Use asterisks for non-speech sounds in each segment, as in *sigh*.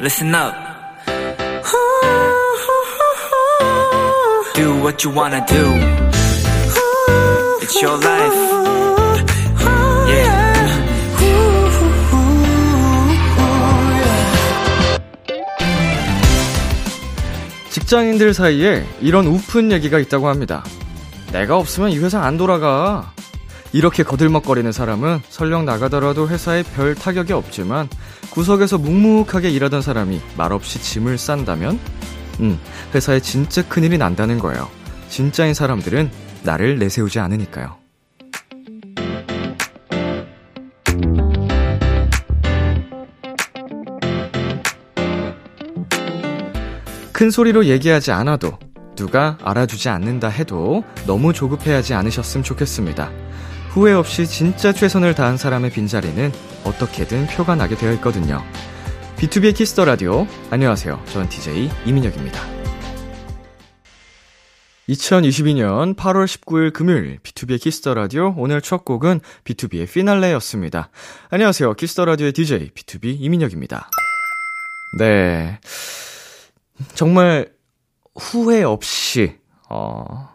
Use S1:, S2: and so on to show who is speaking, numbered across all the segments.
S1: Listen up. Do what you wanna do. It's your life. Yeah.
S2: 직장인들 사이에 이런 우픈 얘기가 있다고 합니다. 내가 없으면 이 회사 안 돌아가. 이렇게 거들먹거리는 사람은 설령 나가더라도 회사에 별 타격이 없지만 구석에서 묵묵하게 일하던 사람이 말없이 짐을 싼다면? 음, 회사에 진짜 큰일이 난다는 거예요. 진짜인 사람들은 나를 내세우지 않으니까요. 큰 소리로 얘기하지 않아도 누가 알아주지 않는다 해도 너무 조급해하지 않으셨으면 좋겠습니다. 후회 없이 진짜 최선을 다한 사람의 빈자리는 어떻게든 표가 나게 되어 있거든요. B2B의 키스터 라디오. 안녕하세요. 저는 DJ 이민혁입니다. 2022년 8월 19일 금요일 B2B의 키스터 라디오 오늘 첫 곡은 B2B의 피날레였습니다. 안녕하세요. 키스터 라디오의 DJ B2B 이민혁입니다. 네. 정말 후회 없이 어,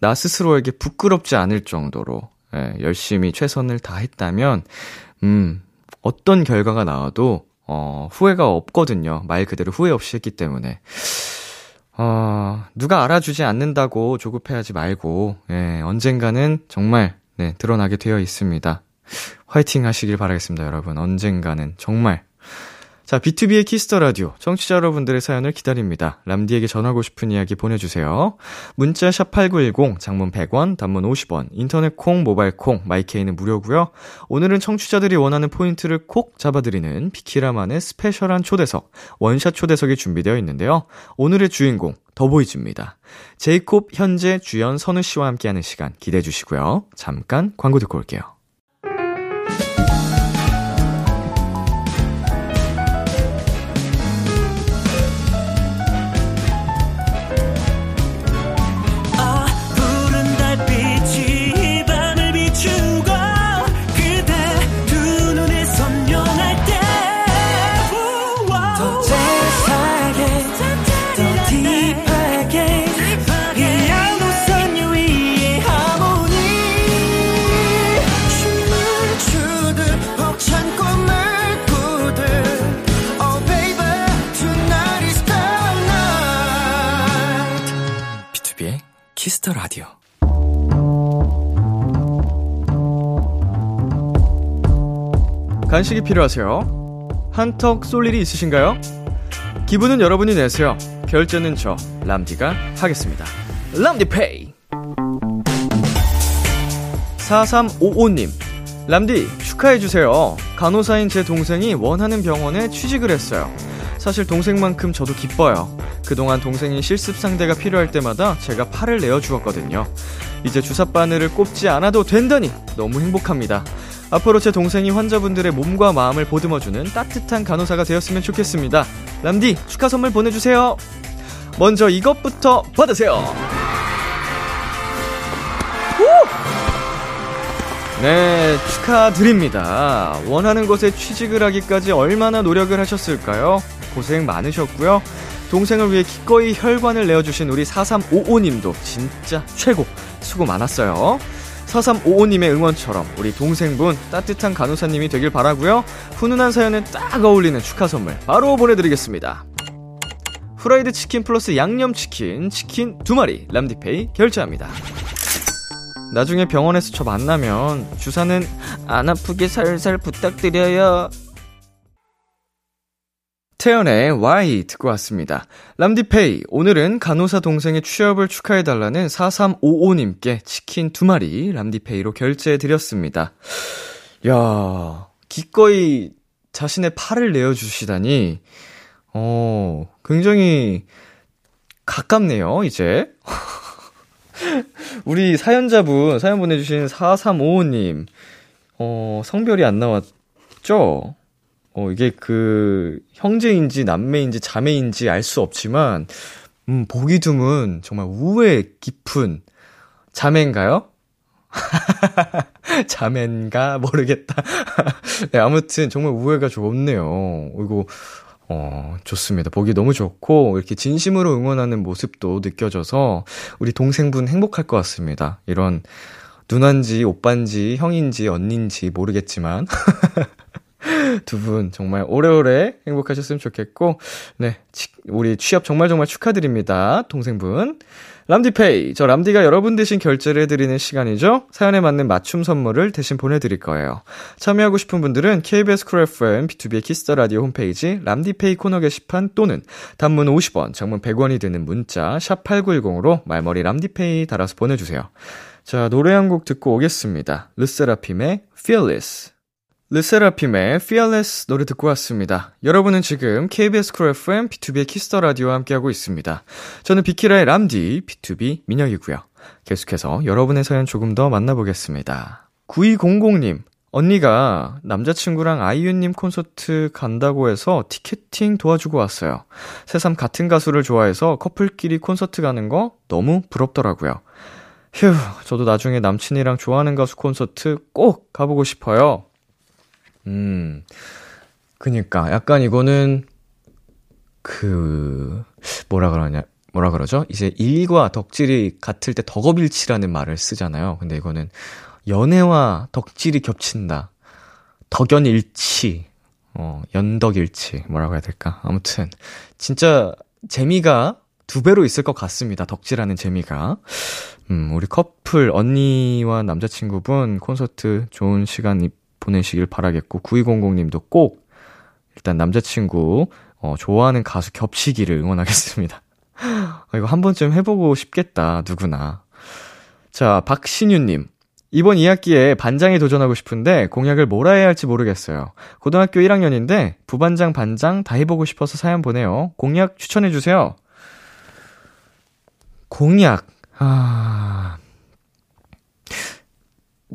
S2: 나 스스로에게 부끄럽지 않을 정도로 예, 열심히 최선을 다했다면 음, 어떤 결과가 나와도 어, 후회가 없거든요. 말 그대로 후회 없이 했기 때문에 어, 누가 알아주지 않는다고 조급해하지 말고 예, 언젠가는 정말 네, 드러나게 되어 있습니다. 화이팅 하시길 바라겠습니다, 여러분. 언젠가는 정말 자, B2B의 키스터 라디오. 청취자 여러분들의 사연을 기다립니다. 람디에게 전하고 싶은 이야기 보내주세요. 문자 샵8910, 장문 100원, 단문 50원, 인터넷 콩, 모바일 콩, 마이케이는 무료고요 오늘은 청취자들이 원하는 포인트를 콕 잡아드리는 비키라만의 스페셜한 초대석, 원샷 초대석이 준비되어 있는데요. 오늘의 주인공, 더보이즈입니다. 제이콥, 현재, 주연, 선우 씨와 함께하는 시간 기대해 주시고요. 잠깐 광고 듣고 올게요.
S3: 푸른 달빛이 이 밤을 비추고 그대 두 눈에 선명할 때더 제사하게 더 딥하게 이 양도선 위의 하모니 춤을 추듯 벅찬 꿈을 꾸듯 Oh baby tonight is the night
S1: B2B의 키스터 라디오.
S2: 간식이 필요하세요? 한턱 쏠 일이 있으신가요? 기분은 여러분이 내세요. 결제는 저 람디가 하겠습니다. 람디페이. 4355님. 람디 축하해 주세요. 간호사인 제 동생이 원하는 병원에 취직을 했어요. 사실 동생만큼 저도 기뻐요. 그동안 동생이 실습 상대가 필요할 때마다 제가 팔을 내어 주었거든요. 이제 주사 바늘을 꼽지 않아도 된다니 너무 행복합니다. 앞으로 제 동생이 환자분들의 몸과 마음을 보듬어주는 따뜻한 간호사가 되었으면 좋겠습니다. 람디 축하 선물 보내주세요. 먼저 이것부터 받으세요. 네, 축하드립니다. 원하는 곳에 취직을 하기까지 얼마나 노력을 하셨을까요? 고생 많으셨고요. 동생을 위해 기꺼이 혈관을 내어주신 우리 4355님도 진짜 최고 수고 많았어요. 4355님의 응원처럼 우리 동생분 따뜻한 간호사님이 되길 바라고요. 훈훈한 사연에 딱 어울리는 축하 선물 바로 보내드리겠습니다. 후라이드 치킨 플러스 양념 치킨, 치킨 두 마리 람디페이 결제합니다. 나중에 병원에서 저 만나면 주사는 안 아프게 살살 부탁드려요. 태연의 Y 듣고 왔습니다. 람디페이, 오늘은 간호사 동생의 취업을 축하해달라는 4355님께 치킨 두 마리 람디페이로 결제해드렸습니다. 야 기꺼이 자신의 팔을 내어주시다니, 어, 굉장히 가깝네요, 이제. 우리 사연자분, 사연 보내주신 4355님, 어, 성별이 안 나왔죠? 어, 이게 그, 형제인지 남매인지 자매인지 알 수 없지만, 음, 보기 드문 정말 우애 깊은 자매인가요? *laughs* *laughs* 자매인가? 모르겠다. 네, 아무튼 정말 우애가 좋네요. 이거, 어, 좋습니다. 보기 너무 좋고, 이렇게 진심으로 응원하는 모습도 느껴져서, 우리 동생분 행복할 것 같습니다. 이런, 누난지, 오빠인지, 형인지, 언니인지 모르겠지만, *laughs* 두 분 정말 오래오래 행복하셨으면 좋겠고, 네, 치- 우리 취업 정말 정말 축하드립니다. 동생분. 람디페이. 저 람디가 여러분 대신 결제를 해드리는 시간이죠. 사연에 맞는 맞춤 선물을 대신 보내드릴 거예요. 참여하고 싶은 분들은 KBS 쿨 FM, B2B의 키스터 라디오 홈페이지, 람디페이 코너 게시판 또는 단문 50원, 장문 100원이 드는 문자, 샵8910으로 말머리 람디페이 달아서 보내주세요. 자, 노래 한 곡 듣고 오겠습니다. 르세라핌의 Fearless. 르세라핌의 Fearless 노래 듣고 왔습니다. 여러분은 지금 KBS 쿨 FM B2B의 키스터 라디오와 함께하고 있습니다. 저는 비키라의 람디 B2B 민혁이고요. 계속해서 여러분의 사연 조금 더 만나보겠습니다. 9200님 언니가 남자친구랑 아이유님 콘서트 간다고 해서 티켓팅 도와주고 왔어요. 새삼 같은 가수를 좋아해서 커플끼리 콘서트 가는 거 너무 부럽더라고요. 휴, 저도 나중에 남친이랑 좋아하는 가수 콘서트 꼭 가보고 싶어요. 음. 그니까 약간 이거는 그 뭐라 그러냐? 뭐라 그러죠? 이제 일과 덕질이 같을 때 덕업일치라는 말을 쓰잖아요. 근데 이거는 연애와 덕질이 겹친다. 덕연일치. 어, 연덕일치. 뭐라고 해야 될까? 아무튼 진짜 재미가 두 배로 있을 것 같습니다. 덕질하는 재미가. 음, 우리 커플 언니와 남자친구분 콘서트 좋은 시간 이- 보내시길 바라겠고 9200님도 꼭 일단 남자친구 어, 좋아하는 가수 겹치기를 응원하겠습니다. *laughs* 아, 이거 한 번쯤 해보고 싶겠다 누구나. 자 박신유님 이번 2학기에 반장에 도전하고 싶은데 공약을 뭐라 해야 할지 모르겠어요. 고등학교 1학년인데 부반장 반장 다 해보고 싶어서 사연 보내요. 공약 추천해 주세요. 공약 아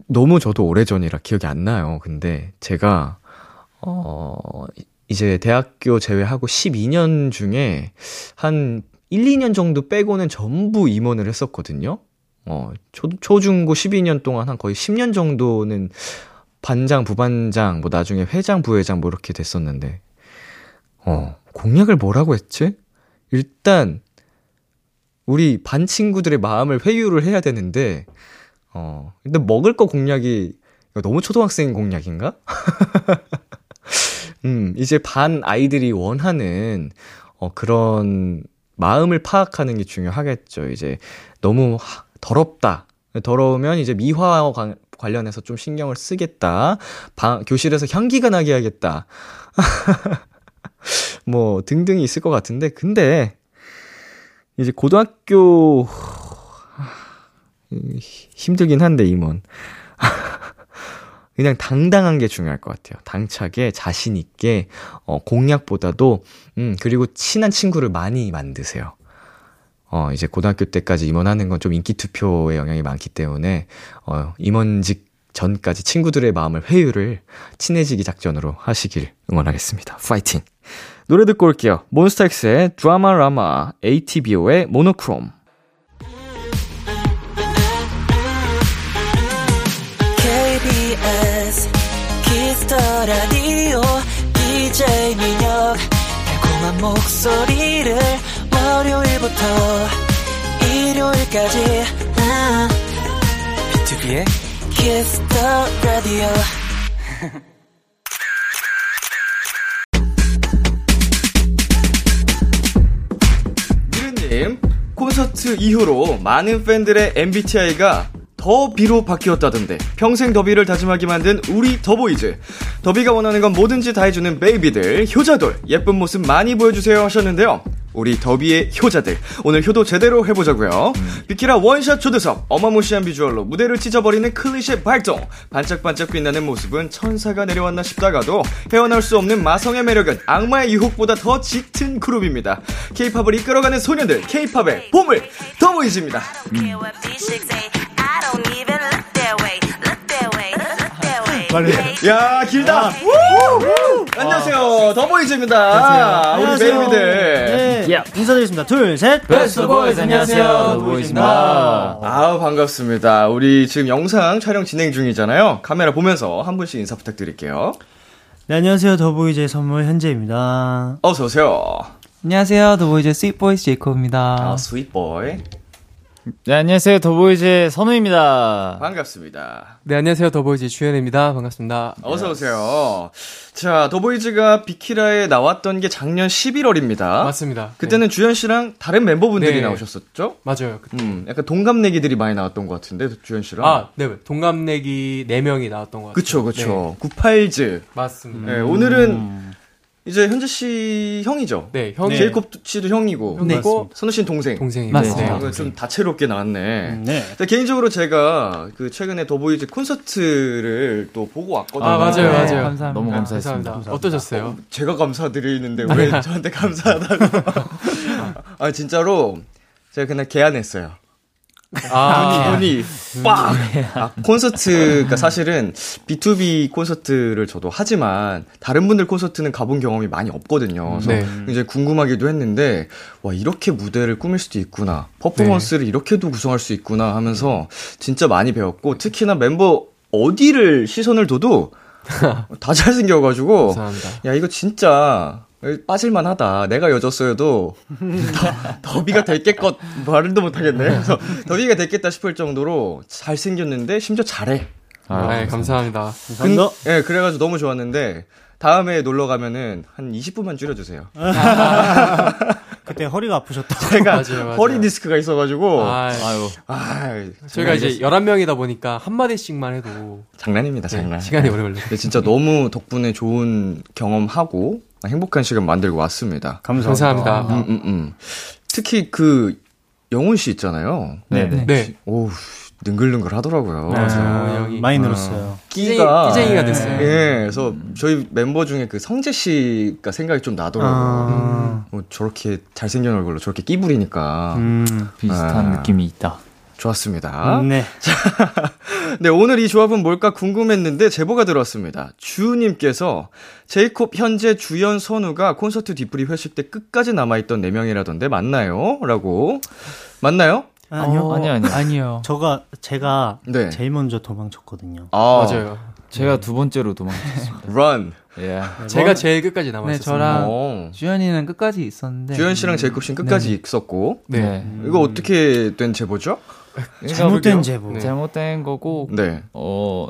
S2: 너무 저도 오래전이라 기억이 안 나요. 근데 제가 어 이제 대학교 제외하고 12년 중에 한 1, 2년 정도 빼고는 전부 임원을 했었거든요. 어, 초, 초중고 12년 동안 한 거의 10년 정도는 반장, 부반장, 뭐 나중에 회장, 부회장 뭐 이렇게 됐었는데, 어, 공약을 뭐라고 했지? 일단, 우리 반 친구들의 마음을 회유를 해야 되는데, 어, 근데 먹을 거 공략이 이거 너무 초등학생 공략인가? *laughs* 음, 이제 반 아이들이 원하는 어, 그런 마음을 파악하는 게 중요하겠죠. 이제 너무 하- 네, 더럽다. 더러우면 이제 미화와 관- 관련해서 좀 신경을 쓰겠다. 방, 교실에서 향기가 나게 하겠다. *laughs* 뭐 등등이 있을 것 같은데 근데 이제 고등학교 이- 힘들긴 한데 임원 *laughs* 그냥 당당한 게 중요할 것 같아요. 당차게 자신 있게 어, 공약보다도 음 그리고 친한 친구를 많이 만드세요. 어 이제 고등학교 때까지 임원하는 건 좀 인기 투표의 영향이 많기 때문에 어 임원직 전까지 친구들의 마음을 회유를 친해지기 작전으로 하시길 응원하겠습니다. 파이팅. 노래 듣고 올게요. 몬스타엑스의 드라마라마, ATBO의 모노크롬.
S3: KBS 키스터 라디오 DJ 민혁 달콤한 목소리를 월요일부터 일요일까지 아,
S1: B2B의
S3: 키스터 라디오
S2: 미르님, 콘서트 이후로 많은 팬들의 MBTI가 더비로 바뀌었다던데 평생 더비를 다짐하게 만든 우리 더보이즈 더비가 원하는 건 뭐든지 다 해주는 베이비들 효자돌 예쁜 모습 많이 보여주세요 하셨는데요 우리 더비의 효자들 오늘 효도 제대로 해보자고요 비키라 원샷 초대석 어마무시한 비주얼로 무대를 찢어버리는 클리셰 발동 반짝반짝 빛나는 모습은 천사가 내려왔나 싶다가도 헤어나올 수 없는 마성의 매력은 악마의 유혹보다 더 짙은 그룹입니다 케이팝을 이끌어가는 소녀들 케이팝의 보물 더보이즈입니다 야
S4: 아.
S2: 길다 우! 안녕하세요 더보이즈입니다 아, 우리
S4: 안녕하세요.
S2: 베이비들
S4: 네.
S5: 예.
S4: 인사드리겠습니다. 둘, 셋. 베스트 보이즈 안녕하세요. 보이즈입니다.
S2: 아우 반갑습니다. 우리 지금 영상 촬영 진행 중이잖아요. 카메라 보면서 한 분씩 인사 부탁드릴게요.
S4: 네, 안녕하세요. 더보이즈의 선물 현재입니다.
S2: 어서 오세요.
S6: 안녕하세요. 더보이즈의 스윗보이스 제이콥입니다.
S2: 아, 스윗보이.
S5: 네, 안녕하세요. 더보이즈의 선우입니다.
S2: 반갑습니다.
S6: 네, 안녕하세요. 더보이즈 주현입니다. 반갑습니다.
S2: 어서 오세요. 자, 더보이즈가 비키라에 나왔던 게 작년 11월입니다.
S6: 맞습니다.
S2: 그때는 주현 씨랑 다른 멤버분들이
S6: 네.
S2: 나오셨었죠?
S6: 맞아요. 그-
S2: 음, 약간 동갑내기들이 많이 나왔던 것 같은데 주현 씨랑.
S6: 아, 네. 동갑내기 4명이 나왔던 것 같아요.
S2: 어. 그쵸,
S6: 네,
S2: 그쵸. 구팔즈.
S6: 맞습니다.
S2: 네, 오늘은 이제 현재 씨 형이죠.
S6: 음. 네, 형이
S4: 네.
S2: 제이콥 씨도 형이고,
S6: 네.
S2: 그리고 선우 씨는 동생.
S6: 동생이
S2: 네,
S5: 맞습니다.
S2: 이거 좀 다채롭게 나왔네.
S6: 음.
S4: 네.
S2: 근데 개인적으로 제가 그 최근에 더보이즈 콘서트를 또 보고 왔거든요.
S6: 아, 맞아요,
S5: 네,
S6: 맞아요.
S5: 감사합니다. 너무 감사했습니다.
S6: 어떠셨어요?
S2: 제가 감사드리는데
S6: 네.
S2: 왜 저한테 감사하다고? *laughs* 아 진짜로 제가 그날 개안했어요.
S6: 아, 네.
S2: 눈이 빡! 아, 콘서트가 사실은 B2B 콘서트를 저도 하지만 다른 분들 콘서트는 가본 경험이 많이 없거든요. 그래서
S6: 네.
S2: 굉장히 음. 궁금하기도 했는데 와 이렇게 무대를 꾸밀 수도 있구나 퍼포먼스를
S6: 네.
S2: 이렇게도 구성할 수 있구나 하면서 진짜 많이 배웠고 특히나 멤버 어디를 시선을
S6: *laughs*
S2: 둬도 다 잘생겨가지고
S6: 감사합니다.
S2: 야 이거 진짜 빠질만하다. 내가 여졌어도 더- 더비가 됐겠것 말도 못하겠네. 그래서 더비가 됐겠다 싶을 정도로 잘 생겼는데 심지어 잘해.
S6: 네, 감사합니다.
S2: 근-
S4: 감사합니다.
S2: 예, 그래가지고 너무 좋았는데 다음에 놀러 가면은 한 20분만 줄여주세요.
S4: 그때 허리가 아프셨다. *laughs*
S2: 제가
S6: 맞아요, 맞아요.
S2: 허리 디스크가 있어가지고
S6: 아,
S5: 아유,
S2: 아,
S6: 저희가 이제 11명이다 보니까 한마디씩만 해도
S2: 장난입니다,
S6: 네,
S2: 장난.
S6: 시간이 오래 걸려요.
S2: 근데 진짜 너무 덕분에 좋은 경험하고 행복한 시간 만들고 왔습니다.
S6: 감사합니다.
S2: 음, 음, 음. 특히 그 영훈 씨 있잖아요.
S5: 네.
S6: 네.
S2: 오우 능글능글 하더라고요.
S6: 맞아요, 형이.
S4: 많이 늘었어요.
S2: 끼가
S6: 끼쟁이가 됐어요.
S2: 예, 그래서 저희 멤버 중에 그 성재 씨가 생각이 좀 나더라고요.
S4: 아,
S2: 뭐 저렇게 잘생긴 얼굴로 저렇게 끼 부리니까
S4: 음.
S5: 비슷한
S2: 아.
S5: 느낌이 있다.
S2: 좋았습니다.
S4: 네.
S2: 네, 오늘 이 조합은 뭘까 궁금했는데 제보가 들어왔습니다. 주우님께서 제이콥 현재 주연 선우가 콘서트 뒤풀이 회식 때 끝까지 남아있던 4명이라던데 맞나요? 라고. 맞나요?
S4: 어, 아니요.
S5: 어, 아니요, 아니요.
S6: 아니요.
S4: 저가 제가
S2: 네.
S4: 제일 먼저 도망쳤거든요.
S2: 아,
S6: 맞아요.
S5: 제가 두
S4: *laughs*
S5: 번째로 도망쳤습니다.
S2: 런.
S5: 예.
S6: 제가 제일 끝까지 남았어요.
S5: 네,
S2: 어.
S7: 주현이는 끝까지 있었는데
S2: 주연 씨랑 제이콥 씨는 끝까지 있었고.
S6: 네.
S2: 이거 어떻게 된 제보죠?
S4: 그러니까 잘못된 제보. 음.
S6: 네.
S5: 그러니까 잘못된 거고,
S2: 네.
S5: 어,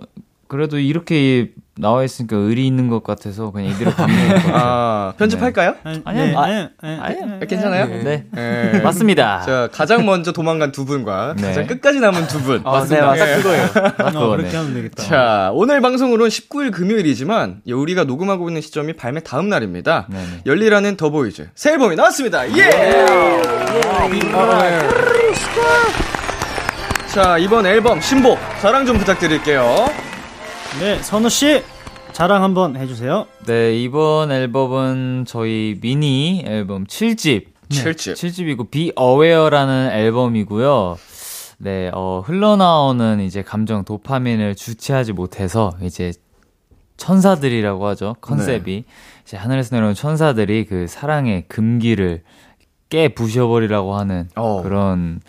S5: 그래도 이렇게 나와 있으니까 의리 있는 것 같아서 그냥 이대로 *laughs* 감는 것 같아요.
S2: 아, 편집할까요?
S4: 아니,
S5: 아니요,
S4: 네,
S5: 아,
S4: 아니, 아니,
S5: 아니요.
S2: 괜찮아요?
S6: 네.
S5: 네.
S7: 음.
S2: 예.
S5: 맞습니다.
S2: 자, 가장 먼저 도망간 두 분과
S5: 네.
S2: 가장 끝까지 남은 두 분.
S5: 맞습니다. 네, 맞 그거예요. 맞
S4: 어,
S5: 그거네.
S4: 그렇게 하면 되겠다.
S2: 자, 오늘 방송으로는 19일 금요일이지만 예, 우리가 녹음하고 있는 시점이 발매 다음 날입니다.
S5: 네네.
S2: 열리라는 더보이즈 새 앨범이 나왔습니다. 예!
S5: 네.
S6: 네.
S2: 자, 이번 앨범 신곡 자랑 좀 부탁드릴게요.
S4: 네, 선우 씨 자랑 한번 해주세요.
S5: 네, 이번 앨범은 저희 미니 앨범
S2: 네.
S5: 7집.
S2: 칠 7집.
S5: 7집이고 Be Aware라는 앨범이고요. 네, 어, 흘러나오는 이제 감정 도파민을 주체하지 못해서 이제 천사들이라고 하죠. 컨셉이
S2: 네.
S5: 이제 하늘에서 내려온 천사들이 그 사랑의 금기를 깨 부셔버리라고 하는
S2: 어.
S5: 그런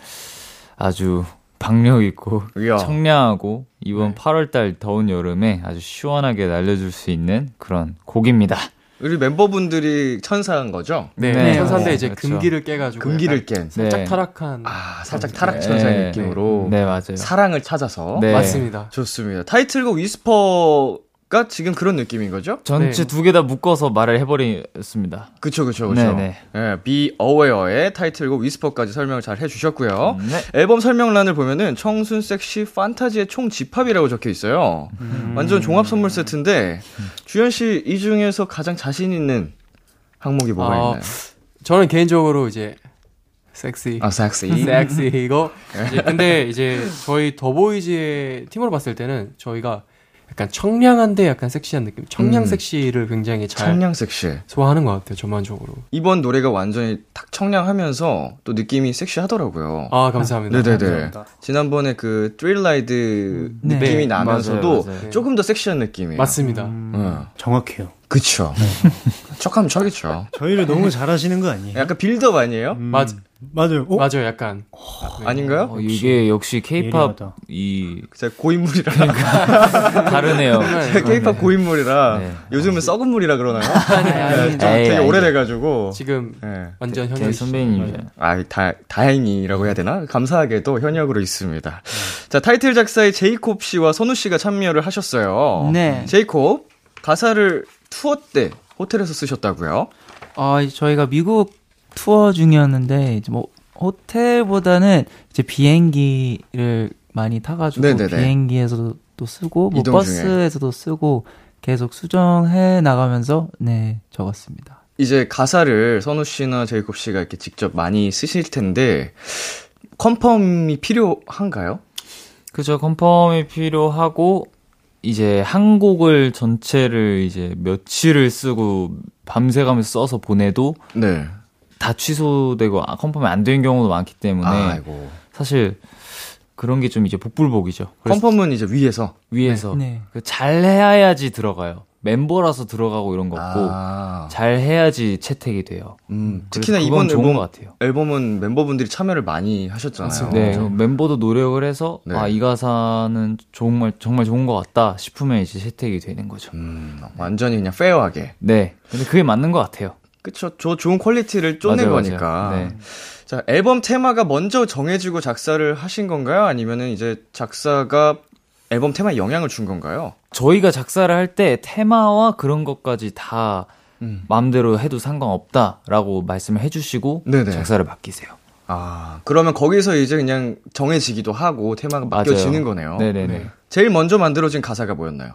S5: 아주 박력 있고
S2: 이야. 네.
S5: 청량하고 이번 8월달 더운 여름에 아주 시원하게 날려줄 수 있는 그런 곡입니다.
S2: 우리 멤버분들이 천사인 거죠?
S6: 네.
S5: 네.
S6: 천사인데
S5: 어,
S6: 이제
S5: 그렇죠.
S6: 금기를 깨가지고.
S2: 금기를
S6: 약간
S2: 깬.
S6: 살짝
S5: 네.
S6: 타락한.
S2: 아, 살짝 타락 천사의
S5: 네.
S2: 느낌으로
S5: 네 맞아요.
S2: 사랑을 찾아서
S5: 네.
S6: 맞습니다.
S2: 좋습니다. 타이틀곡 위스퍼가 지금 그런 느낌인 거죠?
S5: 전체
S6: 네.
S5: 두 개 다 묶어서 말을 해버렸습니다.
S2: 그쵸, 그쵸, 그쵸.
S5: 네,
S2: 예, Be Aware의 타이틀곡 위스퍼까지 설명을 잘 해주셨고요.
S5: 음, 네.
S2: 앨범 설명란을 보면은 청순, 섹시, 판타지의 총 집합이라고 적혀 있어요.
S6: 음.
S2: 완전 종합 선물 세트인데, 주현 씨 이 중에서 가장 자신 있는 항목이 뭐가
S6: 아,
S2: 있나요?
S6: 저는 개인적으로 이제 섹시.
S2: 아, 섹시. 네.
S6: 섹시 이거. 이제 근데 이제 저희 더보이즈의 팀으로 봤을 때는 저희가 약간 청량한데 약간 섹시한 느낌. 청량
S2: 음.
S6: 섹시를 굉장히 잘
S2: 청량 섹시.
S6: 소화하는 것 같아요. 전반적으로.
S2: 이번 노래가 완전히 탁 청량하면서 또 느낌이 섹시하더라고요.
S6: 아 감사합니다.
S2: 네네네. 지난번에 그 트릴라이드
S7: 네.
S2: 느낌이
S6: 네,
S2: 나면서도
S5: 맞아요, 맞아요.
S2: 조금 더 섹시한 느낌이에요. 어.
S6: 맞습니다.
S2: 응.
S4: 정확해요.
S6: 네.
S2: 그쵸. *laughs* 척하면 척이죠.
S4: 저희를 너무 잘하시는 거 아니에요?
S2: 약간 빌드업 아니에요?
S6: 맞
S4: 맞아요. 어?
S6: 맞아요, 약간. 네.
S2: 아닌가요?
S5: 어, 이게 역시
S4: 예리하다.
S5: 케이팝 이
S2: 제가 *laughs* 고인물이라. *laughs*
S5: 다르네요.
S2: 제가 케이팝 고인물이라.
S5: 네.
S2: 요즘은 썩은 물이라 그러나요?
S6: 아, 아니,
S2: 네,
S6: 아니,
S2: 좀
S5: 에이,
S2: 되게
S5: 아니죠.
S2: 오래돼가지고.
S6: 지금
S2: 예.
S6: 완전
S5: 제
S6: 현역
S5: 네, 선배님이죠.
S2: 아, 다, 다행이라고 해야 되나? 감사하게도 현역으로 있습니다.
S6: 네.
S2: 자, 타이틀 작사에 제이콥 씨와 선우 씨가 참여를 하셨어요.
S7: 네.
S2: 제이콥, 가사를 투어 때 호텔에서 쓰셨다고요?
S7: 어, 이제 저희가 미국 투어 중이었는데 이제 뭐 호텔보다는 이제 비행기를 많이 타가지고
S2: 네네네.
S7: 비행기에서도 또 쓰고 뭐
S2: 이동 중에.
S7: 버스에서도 쓰고 계속 수정해 나가면서 네 적었습니다.
S2: 이제 가사를 선우 씨나 제이콥 씨가 이렇게 직접 많이 쓰실 텐데, 컨펌이 필요한가요?
S5: 그죠 컨펌이 필요하고 이제 한 곡을 전체를 이제 며칠을 쓰고 밤새가면서 써서 보내도
S2: 네.
S5: 다 취소되고 아, 컨펌이 안 되는 경우도 많기 때문에
S2: 아이고.
S5: 사실 그런 게 좀 이제 복불복이죠. 그래서
S2: 컨펌은 이제 위에서.
S5: 위에서
S7: 네.
S5: 그 잘해야지 들어가요. 멤버라서 들어가고 이런 거 없고
S2: 아,
S5: 잘해야지 채택이 돼요.
S2: 음,
S5: 그래서
S2: 특히나
S5: 그건
S2: 이번
S5: 좋은
S2: 앨범,
S5: 것 같아요.
S2: 앨범은 멤버분들이 참여를 많이 하셨잖아요.
S5: 네, 멤버도 노력을 해서
S2: 네.
S5: 아 이 가사는 정말 정말 좋은 것 같다 싶으면 이제 채택이 되는 거죠.
S2: 음, 완전히 그냥 페어하게.
S5: 네, 근데 그게 맞는 것 같아요.
S2: 그쵸. 저 좋은 퀄리티를 쫓는
S5: 맞아요, 맞아요.
S2: 거니까.
S5: 네.
S2: 자, 앨범 테마가 먼저 정해지고 작사를 하신 건가요? 아니면은 이제 작사가 앨범 테마에 영향을 준 건가요?
S5: 저희가 작사를 할 때 테마와 그런 것까지 다
S2: 음.
S5: 마음대로 해도 상관없다라고 말씀을 해주시고
S2: 네네.
S5: 작사를 맡기세요.
S2: 아, 그러면 거기서 이제 그냥 정해지기도 하고 테마가
S5: 맞아요.
S2: 맡겨지는 거네요.
S5: 네네네.
S2: 제일 먼저 만들어진 가사가 뭐였나요?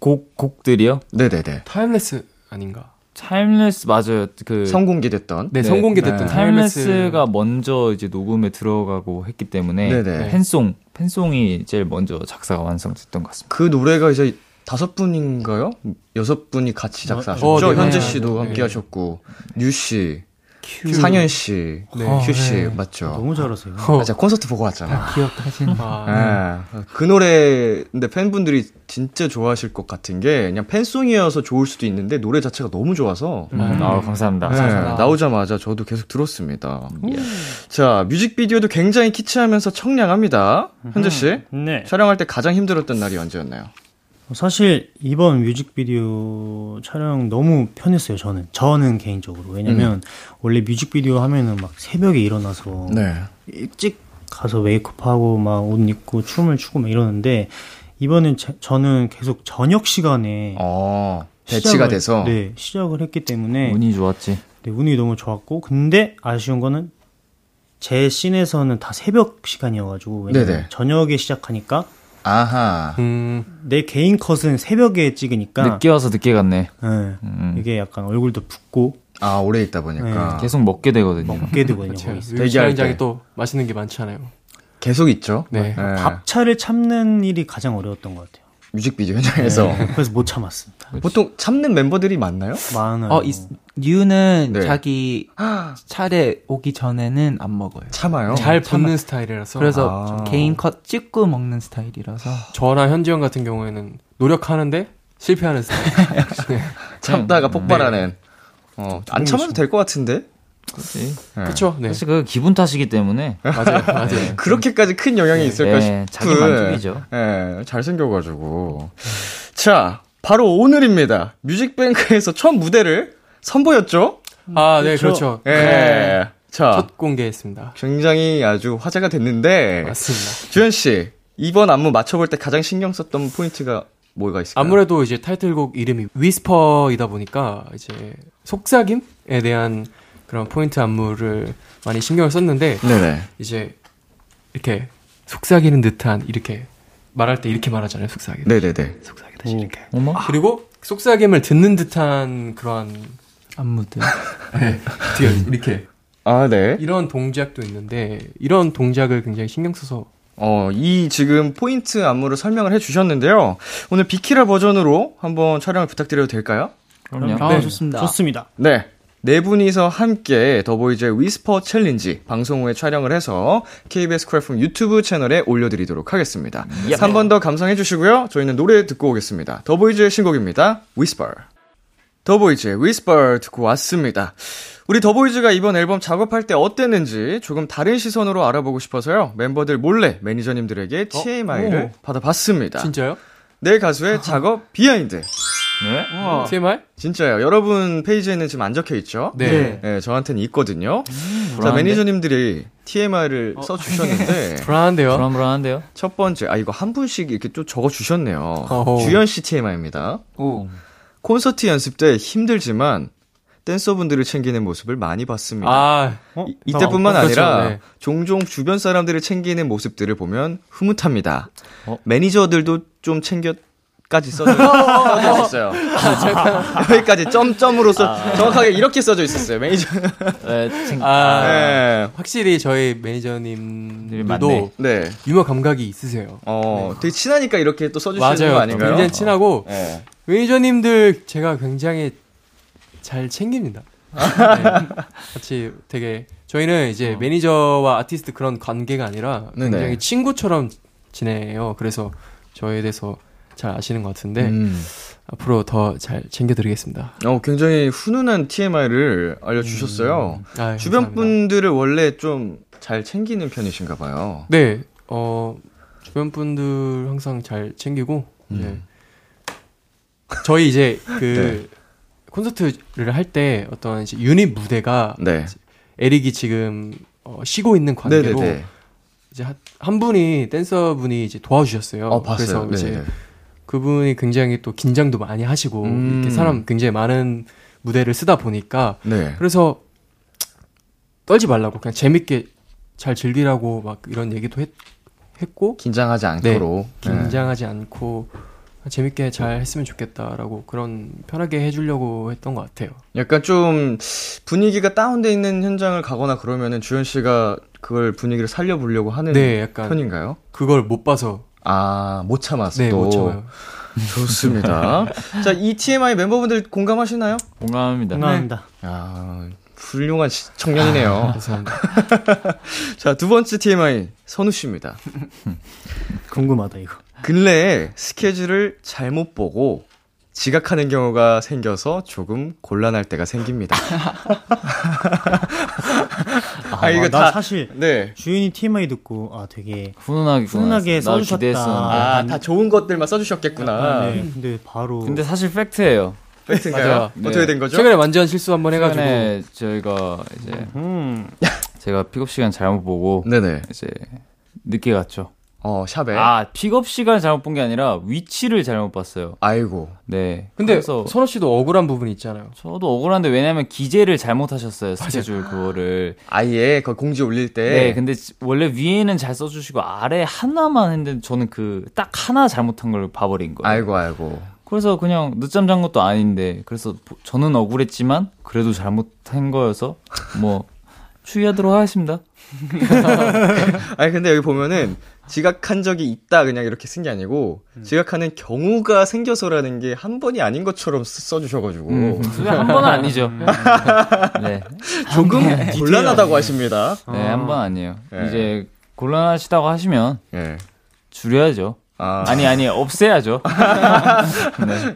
S5: 곡 곡들이요?
S2: 네네네.
S6: 타임레스 아닌가?
S5: 타임레스 맞아요. 그
S2: 성공개됐던.
S6: 네,
S5: 네,
S6: 성공개
S2: 네.
S6: 됐던 타임레스가
S5: 타임레스가 먼저 이제 녹음에 들어가고 했기 때문에
S2: 네네.
S5: 팬송 팬송이 제일 먼저 작사가 완성됐던 것 같습니다.
S2: 그 노래가 이제 다섯 분인가요? 여섯 분이 같이 작사하셨죠.
S6: 어, 네,
S2: 현재
S6: 네.
S2: 씨도
S6: 네.
S2: 함께 하셨고, 뉴 씨, 상현 씨, 어,
S6: 네.
S2: 큐 씨,
S7: 네.
S2: 맞죠?
S4: 너무 잘하세요.
S2: 아, 제가 콘서트 보고 왔잖아.
S7: 기억하시는
S6: 아,
S2: 예.
S6: 네.
S2: 그 노래, 근데 팬분들이 진짜 좋아하실 것 같은 게, 그냥 팬송이어서 좋을 수도 있는데, 노래 자체가 너무 좋아서,
S6: 음.
S5: 아 감사합니다.
S4: 네.
S2: 예, 나오자마자 저도 계속 들었습니다.
S4: 음.
S2: 예. 자, 뮤직비디오도 굉장히 키치하면서 청량합니다. 현재씨,
S4: 네.
S2: 촬영할 때 가장 힘들었던 날이 언제였나요?
S4: 사실 이번 뮤직비디오 촬영 너무 편했어요. 저는 저는 개인적으로
S2: 음.
S4: 왜냐면 원래 뮤직비디오 하면은 막 새벽에 일어나서
S2: 네.
S4: 일찍 가서 메이크업하고 막 옷 입고 춤을 추고 막 이러는데 이번엔 제- 저는 계속 저녁 시간에
S2: 어, 배치가
S4: 시작을-
S2: 돼서,
S4: 네 시작을 했기 때문에
S5: 운이 좋았지.
S4: 네, 운이 너무 좋았고 근데 아쉬운 거는 제 씬에서는 다 새벽 시간이어가지고 왜냐면
S2: 네네.
S4: 저녁에 시작하니까
S2: 아하.
S6: 음,
S4: 내 개인 컷은 새벽에 찍으니까
S5: 늦게 와서 늦게 갔네.
S4: 예, 이게 약간 얼굴도 붓고
S2: 아, 오래 있다
S4: 네,
S2: 보니까.
S5: 계속 먹게 되거든요.
S4: 깨 되거든요.
S6: 제가
S4: 거기.
S2: 대기할 때.
S6: 촬영장에 또 맛있는 게 많잖아요.
S2: 계속 있죠?
S6: 네.
S2: 예.
S4: 뭐 밥차를 참는 일이 가장 어려웠던 것 같아요. 네,
S2: 뮤직비디오 현장에서.
S4: 그래서 못 참았습니다. 뭐,
S2: 보통 참는 멤버들이 많나요?
S4: 많아요.
S7: 어, 이, 뉴는
S2: 네. *gasps*
S7: 자기 차례 오기 전에는 안 먹어요.
S2: 참아요.
S6: 잘 붙는 스타일이라서.
S7: 그래서
S2: 아.
S7: 좀 개인 컷 찍고 먹는
S2: *sighs*
S7: 스타일이라서
S6: 아, 저나 현지형 같은 경우에는 노력하는데 실패하는 스타일. 네.
S2: 참다가 폭발하는.
S4: 네.
S2: 어, 안 참아도 될 것 같은데?
S5: 그치?
S6: 그쵸? 네.
S5: 사실 그 기분 탓이기 때문에
S6: 맞아요, 맞아요.
S2: 그렇게까지 큰 영향이 있을까 싶은.
S5: 네, 자기 만족이죠.
S2: 예, 잘생겨가지고. 자, 바로 오늘입니다. 뮤직뱅크에서 첫 무대를 선보였죠?
S6: 아, 네, 그렇죠.
S2: 예. 아.
S6: 네.
S2: 자,
S6: 첫 공개했습니다.
S2: 굉장히 아주 화제가 됐는데.
S6: 맞습니다.
S2: 주현씨, 이번 안무 맞춰볼 때 가장 신경 썼던 포인트가 뭐가 있을까요?
S6: 아무래도 이제 타이틀곡 이름이 위스퍼이다 보니까 이제 속삭임에 대한 그런 포인트 안무를 많이 신경을 썼는데
S2: 네네.
S6: 이제 이렇게 속삭이는 듯한 이렇게 말할 때 이렇게 말하잖아요. 속삭이.
S2: 네네네.
S6: 속삭이듯이 이렇게.
S5: 어머
S6: 그리고 속삭임을 듣는 듯한 그런
S7: 안무들.
S6: *laughs* 네. 뒤에 이렇게
S2: 아, 네.
S6: 이런 동작도 있는데 이런 동작을 굉장히 신경 써서
S2: 어, 이 지금 포인트 안무를 설명을 해주셨는데요. 오늘 비키라 버전으로 한번 촬영을 부탁드려도 될까요?
S5: 그럼요.
S7: 아, 좋습니다.
S4: 네, 좋습니다.
S2: 네. 네 분이서 함께 더보이즈의 위스퍼 챌린지 방송 후에 촬영을 해서 KBS 크래프ම් 유튜브 채널에 올려드리도록 하겠습니다. 한 번 더 감상해 주시고요. 저희는 노래 듣고 오겠습니다. 더보이즈의 신곡입니다. 위스퍼. 더보이즈의 Whisper 듣고 왔습니다. 우리 더보이즈가 이번 앨범 작업할 때 어땠는지 조금 다른 시선으로 알아보고 싶어서요. 멤버들 몰래 매니저님들에게 TMI를 받아봤습니다.
S6: 어? 진짜요?
S2: 내 가수의 작업 비하인드.
S5: 네?
S2: 어.
S6: 와. TMI?
S2: 진짜요. 여러분 페이지에는 지금 안 적혀 있죠?
S6: 네.
S2: 네, 저한테는 있거든요.
S6: 음,
S2: 자,
S5: 불안한데?
S2: 매니저님들이 TMI를
S6: 어. *laughs*
S2: 써주셨는데,
S6: 불안한데요.
S5: 불안불안한데요?
S2: 첫 번째, 아, 이거 한 분씩 이렇게 또 적어주셨네요.
S6: 어허.
S2: 주연씨 TMI입니다. 콘서트 연습 때 힘들지만, 댄서분들을 챙기는 모습을 많이 봤습니다.
S6: 아,
S4: 어?
S2: 이- 이때뿐만
S6: 어, 그렇죠.
S2: 아니라
S6: 네.
S2: 종종 주변 사람들을 챙기는 모습들을 보면 흐뭇합니다.
S5: 어?
S2: 매니저들도 좀 챙겨까지
S6: *laughs*
S2: 써져 있어요.
S6: 아,
S2: *laughs* 여기까지 점점으로 써 정확하게 이렇게 써져 있었어요. 매니저.
S5: 네, 칭-
S6: 아,
S2: 네.
S6: 확실히 저희
S5: 들이
S6: 매니저님도
S5: 많네.
S2: 네.
S6: 유머 감각이 있으세요.
S2: 어, 되게 친하니까 이렇게 또 써주시는
S6: 맞아요.
S2: 거 아닌가요?
S6: 굉장히 친하고
S2: 네.
S6: 매니저님들 제가 굉장히 잘
S2: *laughs*
S6: 챙깁니다. 네. 같이 되게 저희는 이제 매니저와 아티스트 그런 관계가 아니라
S2: 어. 네네.
S6: 굉장히 친구처럼 지내요. 그래서 저에 대해서 잘 아시는 것 같은데
S2: 음.
S6: 앞으로 더 잘 챙겨드리겠습니다.
S2: 어, 굉장히 훈훈한 TMI를 알려주셨어요. 네,
S6: 아유,
S2: 주변
S6: 음. 네, 감사합니다.
S2: 분들을 원래 좀 잘 챙기는 편이신가 봐요.
S6: 네, 어, 주변 분들 항상 잘 챙기고,
S2: 음.
S6: 네. 저희 이제 그
S2: 네.
S6: 콘서트를 할 때 어떤 이제 유닛 무대가
S2: 네.
S6: 에릭이 지금 어, 쉬고 있는 관계로
S2: 네네네.
S6: 이제 한, 한 분이 댄서 분이 이제 도와주셨어요.
S2: 어, 봤어요.
S6: 그래서 이제
S2: 네네.
S6: 그분이 굉장히 또 긴장도 많이 하시고
S2: 음.
S6: 이렇게 사람 굉장히 많은 무대를 쓰다 보니까
S2: 네.
S6: 그래서 떨지 말라고 그냥 재밌게 잘 즐기라고 막 이런 얘기도 했, 했고
S2: 긴장하지 않도록.
S6: 네.
S2: 네.
S6: 긴장하지 않고 재밌게 잘 했으면 좋겠다라고 그런 편하게 해주려고 했던 것 같아요.
S2: 네. 약간 좀 분위기가 다운돼 있는 현장을 가거나 그러면은 주현 씨가 그걸 분위기를 살려보려고 하는
S6: 네, 약간
S2: 편인가요?
S6: 그걸 못 봐서
S2: 아, 못 참았어.
S6: 네
S2: 또.
S6: 못 참아요.
S2: 좋습니다. 자, 이 TMI 멤버분들 공감하시나요?
S5: 공감합니다.
S4: 공감합니다.
S2: 아, 훌륭한 시- 청년이네요.
S6: 감사합니다.
S2: 아. 자, 두 번째 TMI 선우 씨입니다.
S4: 궁금하다 이거.
S2: 근래에 스케줄을 잘못 보고 지각하는 경우가 생겨서 조금 곤란할 때가 생깁니다. *laughs* 아, 이거
S4: 나
S2: 다
S4: 사실
S2: 네.
S4: 주인이 TMI 듣고 아 되게
S5: 훈훈하게
S4: 훈훈하게
S5: 나를
S4: 써주셨다.
S5: 기대했었는데.
S2: 아, 다 좋은 것들만 써주셨겠구나.
S4: 네, 근데 바로
S5: 근데 사실 팩트예요.
S2: 팩트인가요?
S5: 맞아요.
S2: 어떻게
S5: 네.
S2: 된 거죠?
S6: 최근에 완전 실수 한번 해가지고
S5: 최근에 저희가 이제
S4: 음.
S5: 제가 픽업 시간 잘못 보고
S2: 네네.
S5: 이제 늦게 갔죠.
S2: 어, 샵에. 아.
S5: 아 픽업 시간 잘못 본 게 아니라 위치를 잘못 봤어요.
S2: 이고
S5: 네.
S6: 근데
S5: 그래서
S6: 선호 씨도 억울한 부분이 있잖아요.
S5: 저도 억울한데 왜냐면 기재를 잘못하셨어요 스케줄 그거를.
S2: 아예 그 공지 올릴 때.
S5: 네, 근데 지- 원래 위에는 잘 써주시고 아래 하나만 했는데 저는 그 딱 하나 잘못한 걸 봐버린 거예요.
S2: 아이고, 아이고.
S5: 그래서 그냥 늦잠 잔 것도 아닌데 그래서 보- 저는 억울했지만 그래도 잘못한 거여서 뭐 추이하도록 하겠습니다.
S2: 아니, 근데 여기 보면은 지각한 적이 있다 그냥 이렇게 쓴 게 아니고 지각하는 경우가 생겨서라는 게 한 번이 아닌 것처럼 쓰- 써주셔가지고
S5: 그게 한 번은 아니죠.
S4: 음.
S5: 네,
S2: 조금 곤란하다고 하십니다.
S4: 어.
S5: 네, 한 번 아니에요.
S2: 네.
S5: 이제 곤란하시다고 하시면
S2: 예.
S5: 줄여야죠.
S2: 아,
S5: 아니
S2: *laughs*
S5: 아니 없애야죠.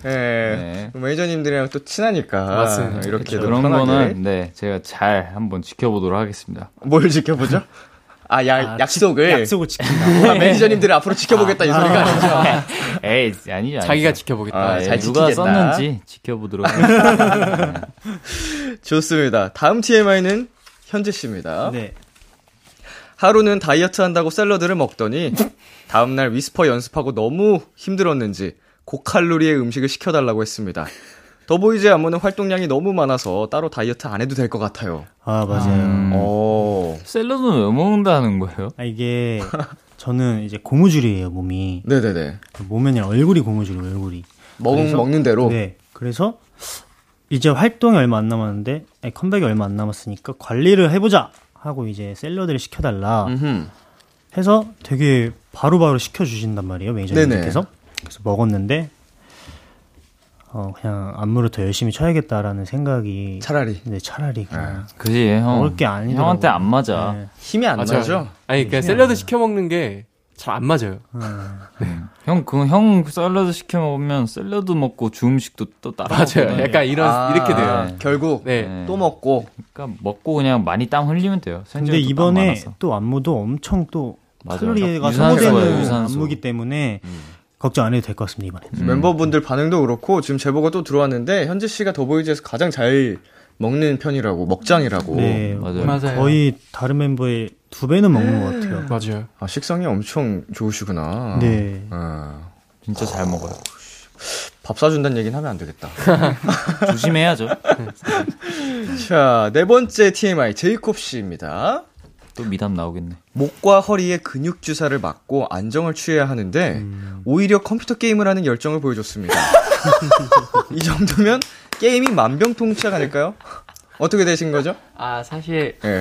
S2: 예.
S5: 네.
S2: 매니저님들이랑 또 친하니까
S6: 맞습니다.
S2: 이렇게
S5: 그런 거는 네 제가 잘 한번 지켜보도록
S2: *laughs*
S5: 하겠습니다.
S2: 뭘 지켜보죠? 아, 야, 약속을.
S4: 약속을 지킨다.
S2: 아, 매니저님들이 앞으로 지켜보겠다 이 소리가 아니죠.
S5: 에이 아니죠. 아니죠.
S6: 자기가 지켜보겠다.
S2: 아,
S5: 예,
S2: 잘
S5: 누가
S2: 지키겠다.
S5: 썼는지
S2: *laughs*
S5: 지켜보도록 하겠습니다. 네.
S2: 좋습니다. 다음 TMI는 현재 씨입니다.
S4: 네.
S2: 하루는 다이어트 한다고 샐러드를 먹더니 다음 날 위스퍼 연습하고 너무 힘들었는지 고칼로리의 음식을 시켜달라고 했습니다. 더보이즈 안무는 활동량이 너무 많아서 따로 다이어트 안 해도 될 것 같아요. 어.
S4: 아 맞아요.
S2: 오.
S5: 샐러드는 왜 먹는다는 거예요?
S4: 아, 이게 저는 이제 고무줄이에요 몸이.
S2: 네네네.
S4: 몸이 아니라 얼굴이 고무줄이에요 얼굴이.
S2: 먹,
S4: 그래서-
S2: 먹는 대로.
S5: 어.
S4: 네. 그래서 이제 활동이 얼마 안 남았는데 아니, 컴백이 얼마 안 남았으니까 관리를 해보자 하고 이제 샐러드를 시켜달라
S2: 음흠.
S4: 해서 되게 바로바로 시켜주신단 말이에요 매니저님께서 그래서 먹었는데 어 그냥 안무를 더 열심히 쳐야겠다라는 생각이
S2: 차라리.
S4: 네, 차라리 그냥
S5: 그지 형.
S4: 먹을 게 아니더라고.
S5: 형한테 안 맞아.
S4: 네.
S2: 힘이 안
S6: 맞아요.
S2: 나죠?
S6: 아니 그러니까 샐러드 시켜 먹는 게 잘 안 맞아요.
S5: 형, 그, 형 샐러드 시켜 먹으면 샐러드 먹고 주음식도 또 따라
S6: 맞아요.
S5: 먹거든요.
S6: 약간 이런
S2: 아,
S6: 이렇게 돼요.
S5: 네.
S2: 결국
S6: 네.
S5: 네.
S2: 또 먹고
S5: 그러니까 먹고 그냥 많이 땀 흘리면 돼요.
S4: 근데
S5: 또
S4: 이번에
S5: 많아서.
S4: 또 안무도 엄청 또
S5: 맞아요.
S4: 칼로리가
S5: 유산소예요, 음.
S4: 소모되는
S5: 유산소.
S4: 안무기 때문에 걱정 안 해도 될 것 같습니다 이번에.
S5: 음.
S2: 멤버분들 반응도 그렇고 지금 제보가 또 들어왔는데 현지 씨가 더보이즈에서 가장 잘 먹는 편이라고 먹장이라고
S4: 네,
S5: 맞아요.
S6: 맞아요.
S4: 거의 다른 멤버의 두 배는 먹는 것 같아요.
S6: 맞아요.
S2: 아 식성이 엄청 좋으시구나.
S4: 네.
S2: 아,
S5: 진짜 잘 먹어요.
S2: 밥 사준다는 얘기는 하면 안 되겠다. *laughs*
S5: 조심해야죠.
S2: 자, 네 번째 TMI 제이콥 씨입니다.
S5: 또 미담 나오겠네.
S2: 목과 허리에 근육 주사를 맞고 안정을 취해야 하는데
S7: 음.
S2: 오히려 컴퓨터 게임을 하는 열정을 보여줬습니다. *laughs* 이 정도면 게임이 만병통치약 아닐까요? 어떻게 되신 거죠?
S7: 아 사실
S2: 예.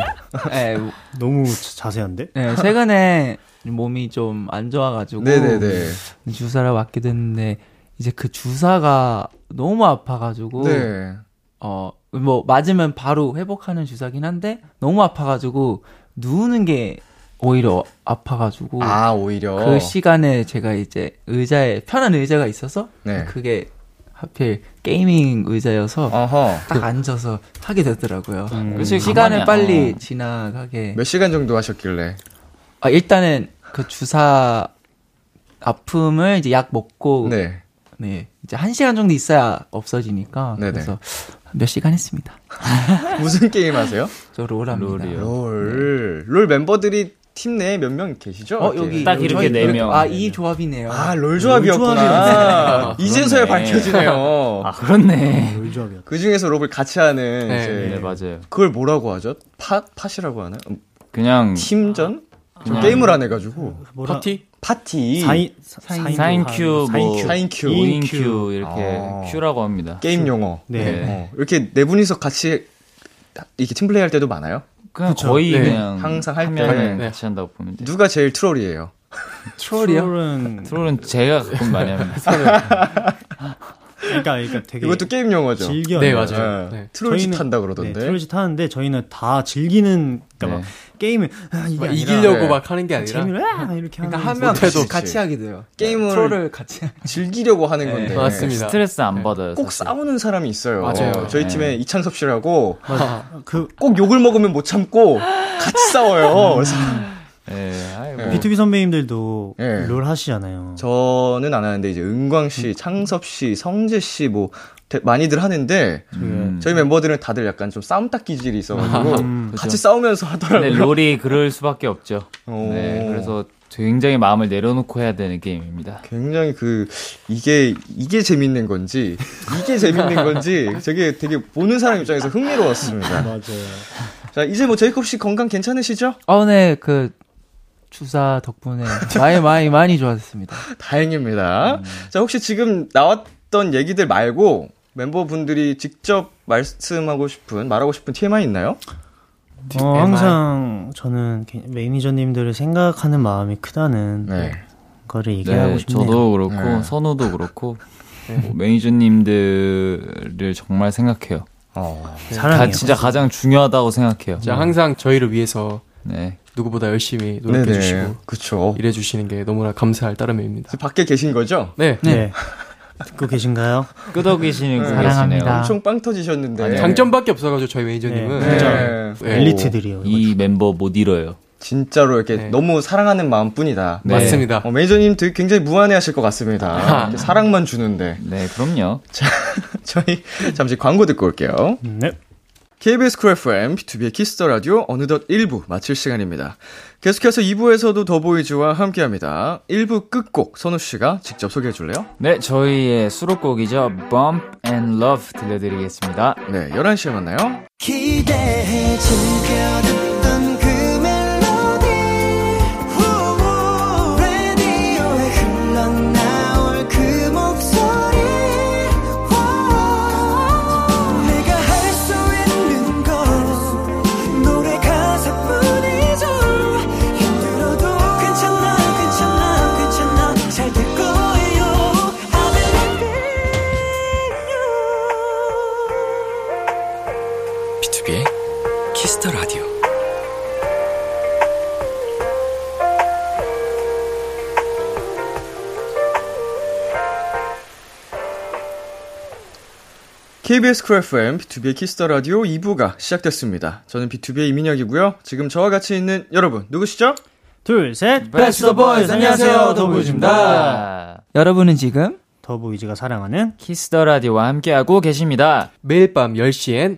S7: 예,
S4: 너무 자- 자세한데?
S7: 예, 최근에 몸이 좀 안 좋아가지고
S2: 네네네.
S7: 주사를 맞게 됐는데 이제 그 주사가 너무 아파가지고
S2: 네.
S7: 어 뭐 맞으면 바로 회복하는 주사긴 한데 너무 아파가지고 누우는 게 오히려 아파가지고
S2: 아 오히려.
S7: 그 시간에 제가 이제 의자에 편한 의자가 있어서
S2: 네.
S7: 그게 하필 게이밍 의자여서
S2: 어허. 음,
S7: 딱 앉아서 하게 되더라고요.
S5: 그치,
S7: 시간을
S5: 가만히-
S7: 빨리
S5: 어.
S7: 지나가게.
S2: 몇 시간 정도 하셨길래?
S7: 아, 일단은 그 주사 아픔을 이제 약 먹고 네.
S2: 네.
S7: 이제 한 시간 정도 있어야 없어지니까
S2: 네네.
S7: 그래서 몇 시간 했습니다.
S2: 무슨 게임 하세요?
S7: 저 롤합니다.
S5: 롤이요.
S2: 롤. 롤 멤버들이 팀 내에 몇 명 계시죠?
S7: 네. 어 여기
S5: 딱
S7: 저희-
S5: 이렇게 네 명.
S7: 아이 조합이네요.
S2: 아, 롤 조합이었구나. 이제서야
S5: 그렇네.
S2: 밝혀지네요.
S5: *laughs* 아, 그렇네.
S4: 롤조합이었다.
S2: 그 중에서 롤을 같이 하는
S6: 네,
S2: 이제
S5: 네, 맞아요.
S2: 그걸 뭐라고 하죠? 팟 팟이라고 하나요? 음,
S5: 그냥
S2: 팀전? 저
S5: 그냥-
S2: 게임을 안 해가지고
S6: 파티?
S2: 파티
S4: 사인
S5: 사인큐, 뭐,
S2: 사인큐.
S5: 오인큐, 이렇게
S2: 아.
S5: 큐라고 합니다.
S2: 게임 용어.
S4: 네.
S5: 네.
S2: 어, 이렇게 네 분이서 같이 이렇게 팀플레이 할 때도 많아요.
S5: 그냥 거의
S6: 네.
S5: 그냥
S2: 항상 할
S5: 한
S2: 때.
S5: 명은
S6: 네.
S5: 같이 한다고 보면 돼요.
S2: 누가 제일 트롤이에요?
S7: 트롤이요?
S4: 은
S5: 트롤은 제가 가끔 많이
S2: *laughs*
S5: 합니다.
S4: 그러니까 그러니까 되게
S2: 이것도 게임 용어죠.
S4: 즐겨.
S6: 네, 맞아요.
S2: 예.
S6: 네.
S2: 트롤짓
S4: 저희는-
S2: 한다
S4: 네,
S2: 그러던데.
S4: 트롤짓 하는데 저희는 다 즐기는 그러니까
S5: 네.
S4: 막 게임을 아, 이게
S6: 막
S4: 아니라
S6: 이기려고 막 하는 게 아니라
S4: 재미를 아, 이렇게 하는
S7: 네. 그러니까
S4: 거.
S7: 하면
S2: 못해도 그치. 음.
S7: 같이 하게 돼요.
S2: 게임을-
S7: 트롤을 같이. 하-
S2: 즐기려고 하는 건데.
S6: 맞습니다.
S5: 스트레스 안 받아요.
S2: 네. 꼭
S5: 사실.
S2: 싸우는 사람이 있어요.
S6: 맞아요.
S2: 저희 팀에 이창섭 씨라고
S4: 그
S2: 꼭 욕을 먹으면 못 참고 같이 싸워요. 그래서
S5: 예, 아이, 뭐.
S2: 네.
S4: B2B 선배님들도
S2: 예.
S4: 롤 하시잖아요.
S2: 저는 안 하는데 이제 은광 씨, 창섭 씨, 성재 씨 뭐 많이들 하는데
S5: 음.
S2: 저희 멤버들은 다들 약간 좀 싸움닭 기질이 있어가지고 같이
S5: 그죠.
S2: 싸우면서
S5: 근데
S2: 하더라고요. 어.
S5: 롤이 그럴 수밖에 없죠.
S2: 오.
S5: 네, 그래서 굉장히 마음을 내려놓고 해야 되는 게임입니다.
S2: 굉장히 그 이게 이게 재밌는 건지 이게 재밌는 건지 되게 되게 보는 사람 입장에서 흥미로웠습니다.
S4: 맞아요.
S2: 자 이제 뭐 제이콥 씨 건강 괜찮으시죠?
S7: 아 오늘 그 주사
S5: *laughs*
S7: 덕분에 많이 많이 많이 좋아졌습니다.
S2: 다행입니다.
S6: 음.
S2: 자, 혹시 지금 나왔던 얘기들 말고 멤버분들이 직접 말씀하고 싶은, 말하고 싶은 TMI 있나요?
S4: 어, 항상 저는 개- 매니저님들을 생각하는 마음이 크다는
S2: 네.
S4: 거를 얘기하고
S5: 네,
S4: 싶네요.
S5: 저도 그렇고
S2: 네.
S5: 선우도 그렇고
S2: *laughs*
S5: 뭐 매니저님들을 정말 생각해요.
S2: 어.
S4: 사랑해요.
S5: 가- 진짜 가장 중요하다고 생각해요.
S6: 자, 항상 저희를 위해서
S5: 네,
S6: 누구보다 열심히 노력해
S2: 네네.
S6: 주시고
S2: 그쵸.
S6: 일해 주시는 게 너무나 감사할 따름입니다.
S2: 지금 밖에 계신 거죠?
S6: 네.
S4: 네. 듣고 계신가요?
S5: 끄덕이시는
S2: 네.
S7: 사랑합니다.
S2: 엄청 빵 터지셨는데.
S6: 아. 장점밖에 없어가지고 저희 매니저님은
S2: 네.
S6: 진짜
S2: 네.
S6: 네.
S4: 엘리트들이요.
S5: 이 멤버 못 잃어요.
S2: 진짜로 이렇게
S6: 네.
S2: 너무 사랑하는 마음뿐이다.
S5: 네.
S6: 맞습니다.
S2: 어, 매니저님 되게 굉장히 무안해하실 것
S6: 아.
S2: 같습니다. 이렇게 사랑만 주는데.
S5: 네, 그럼요.
S2: 저희 잠시 광고 듣고 올게요.
S4: 네.
S2: KBS 쿨 FM, B2B의 키스터 라디오, 어느덧 1부 마칠 시간입니다. 계속해서 2부에서도 더보이즈와 함께 합니다. 1부 끝곡, 선우씨가 직접 소개해줄래요?
S5: 네, 저희의 수록곡이죠. Bump and Love 들려드리겠습니다.
S2: 네, 11시에 만나요.
S3: 기대해 즐겨 듣던 그 멜로디 후, 라디오에 흘러나올 그 목소리 와. 내가 할 수 있는 건 노래 가사뿐이죠 힘들어도 괜찮아 괜찮아 괜찮아 잘 될 거예요 I believe in you
S1: B2B의 키스터 라디오.
S2: KBS 쿨 FM B2B의 키스터 라디오 2부가 시작됐습니다. 저는 B2B의 이민혁이고요. 지금 저와 같이 있는 여러분 누구시죠?
S4: 둘, 셋.
S7: 베스트 오브 보이즈, 안녕하세요. 더보이즈입니다.
S5: 아,
S7: 여러분은 지금
S4: 더보이즈가 사랑하는
S5: 키스더 라디오와 함께하고 계십니다.
S6: 매일 밤 10시엔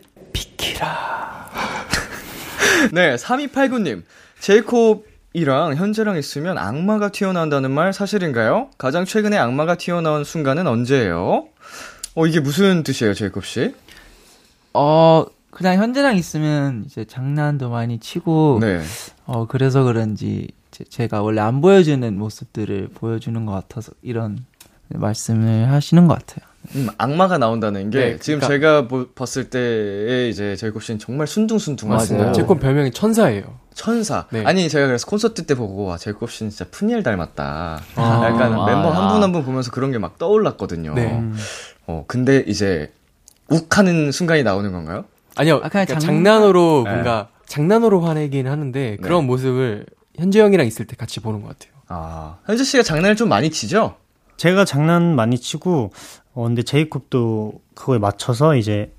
S2: 네, 3289님. 제이콥이랑 현재랑 있으면 악마가 튀어나온다는 말 사실인가요? 가장 최근에 악마가 튀어나온 순간은 언제예요? 어, 이게 무슨 뜻이에요, 제이콥 씨?
S7: 어 그냥 현재랑 있으면 이제 장난도 많이 치고
S2: 네.
S7: 어 그래서 그런지 제- 제가 원래 안 보여주는 모습들을 보여주는 것 같아서 이런 말씀을 하시는 것 같아요.
S2: 음, 악마가 나온다는 게
S6: 네,
S2: 지금
S6: 그러니까-
S2: 제가 보- 봤을 때에 이제 제이콥 씨는 정말 순둥순둥하시고
S5: 맞아요.
S6: 제콘 별명이 천사예요.
S2: 천사.
S6: 네.
S2: 아니 제가 그래서 콘서트 때 보고 와 제이콥 씨는 진짜 푸니엘 닮았다.
S6: 아,
S2: 약간
S5: 아,
S2: 멤버 한 분 한 분
S5: 아.
S2: 보면서 그런 게 막 떠올랐거든요.
S6: 네.
S2: 어 근데 이제 욱하는 순간이 나오는 건가요?
S6: 아니요.
S7: 아, 그냥
S6: 그러니까
S7: 장-
S6: 장난으로 뭔가 장난으로 화내긴 하는데 그런 모습을 현재 형이랑 있을 때 같이 보는 것 같아요.
S2: 아 현재 씨가 장난을 좀 많이 치죠?
S4: 제가 장난 많이 치고, 어, 근데 제이콥도 그거에 맞춰서 이제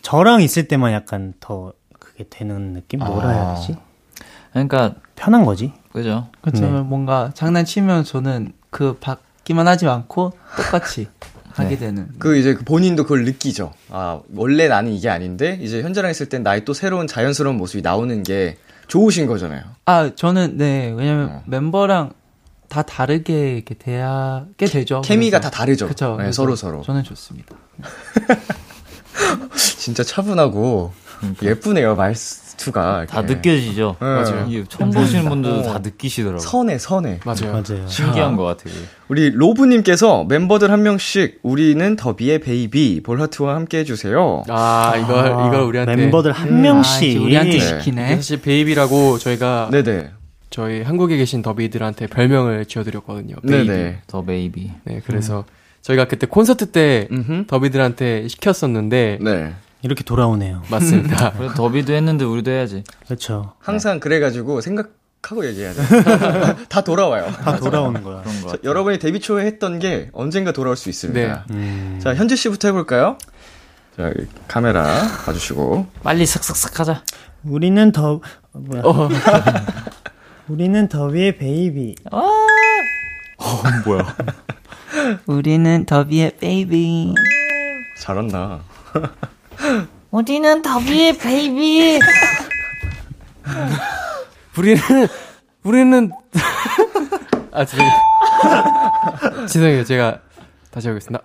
S4: 저랑 있을 때만 약간 더 그게 되는 느낌? 뭐라 해야 되지?
S5: 그러니까
S4: 편한 거지.
S5: 그죠?
S7: 그렇죠.
S4: 네.
S7: 뭔가 장난치면 저는 그 받기만 하지 않고
S2: *laughs*
S7: 똑같이 하게 되는.
S2: 그 이제 그 본인도 그걸 느끼죠. 아 원래 나는 이게 아닌데 이제 현재랑 있을 땐 나의 또 새로운 자연스러운 모습이 나오는 게 좋으신 거잖아요.
S7: 아 저는 네 왜냐면
S2: 어.
S7: 멤버랑 다 다르게 이렇게 대하게 되죠.
S2: 케미가
S7: 그래서.
S2: 다 다르죠.
S7: 그렇죠. 그쵸.
S2: 네,
S7: 그래서
S2: 서로 서로.
S7: 저는 좋습니다.
S2: 진짜 차분하고 예쁘네요 말투가. 이렇게.
S5: 다 느껴지죠.
S2: 맞아요.
S5: 이게 처음 보시는 분들도 다 느끼시더라고요.
S2: 선해 선해.
S6: 맞아요.
S4: 맞아요.
S5: 신기한 것 같아요. 그게.
S2: 우리 로브님께서 멤버들 한 명씩 우리는 더비의 베이비 볼하트와 함께 해주세요.
S6: 아, 이걸
S4: 아,
S6: 이걸 우리한테
S4: 멤버들 한
S7: 아, 이제
S4: 명씩
S7: 우리한테
S2: 네.
S7: 시키네.
S6: 사실 베이비라고 저희가
S2: 네네.
S6: 저희 한국에 계신 더비들한테 별명을 지어드렸거든요. 베이비.
S2: 네네.
S5: 더 베이비.
S6: 네, 그래서 저희가 그때 콘서트 때
S2: 음흠.
S6: 더비들한테 시켰었는데
S2: 네.
S4: 이렇게 돌아오네요.
S5: *laughs*
S6: 맞습니다.
S5: 그래도 더비도 했는데 우리도 해야지.
S4: 그렇죠.
S2: 항상 그래가지고 생각하고 얘기해야 돼. 다 돌아와요.
S4: 다 돌아오는 거야.
S5: 그런 거.
S2: 자,
S5: 같아요. 네.
S2: 여러분이 데뷔 초에 했던 게 언젠가 돌아올 수 있습니다.
S4: 음.
S2: 자, 현지 씨부터 해볼까요? 자, 여기 카메라 봐주시고.
S5: 빨리 슥슥슥 하자.
S4: 우리는 더 뭐야?
S2: 어.
S4: *laughs* 우리는 더비의 베이비.
S5: 뭐야?
S7: 우리는 더비의 베이비.
S2: 잘한다.
S8: 우리는 더비의 베이비.
S6: 우리는 우리는 *laughs* 아 죄송해요. *laughs* 죄송해요. 제가 다시 해보겠습니다.